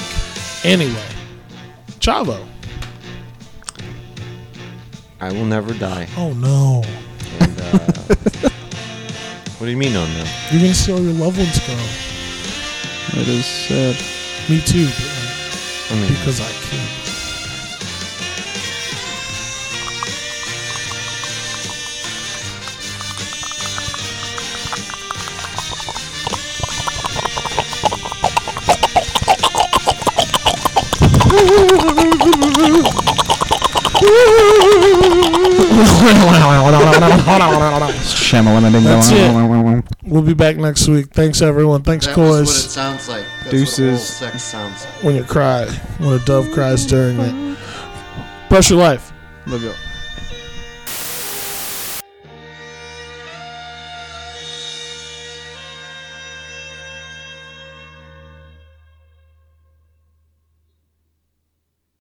S1: Anyway, Chavo.
S2: I will never die.
S1: Oh no,
S2: And, uh, what do you mean on that?
S1: you're gonna see all your loved ones go.
S7: It is sad.
S1: Me too, but
S2: I
S1: like,
S2: mean,
S1: because I can't. That's it. We'll be back next week. Thanks everyone. Thanks,
S9: That was what it
S1: Coys.
S9: sounds like. That's what
S7: Deuces.
S9: oral sex sounds like.
S1: When you cry, when a dove cries during it. Brush your life.
S7: Love y'all.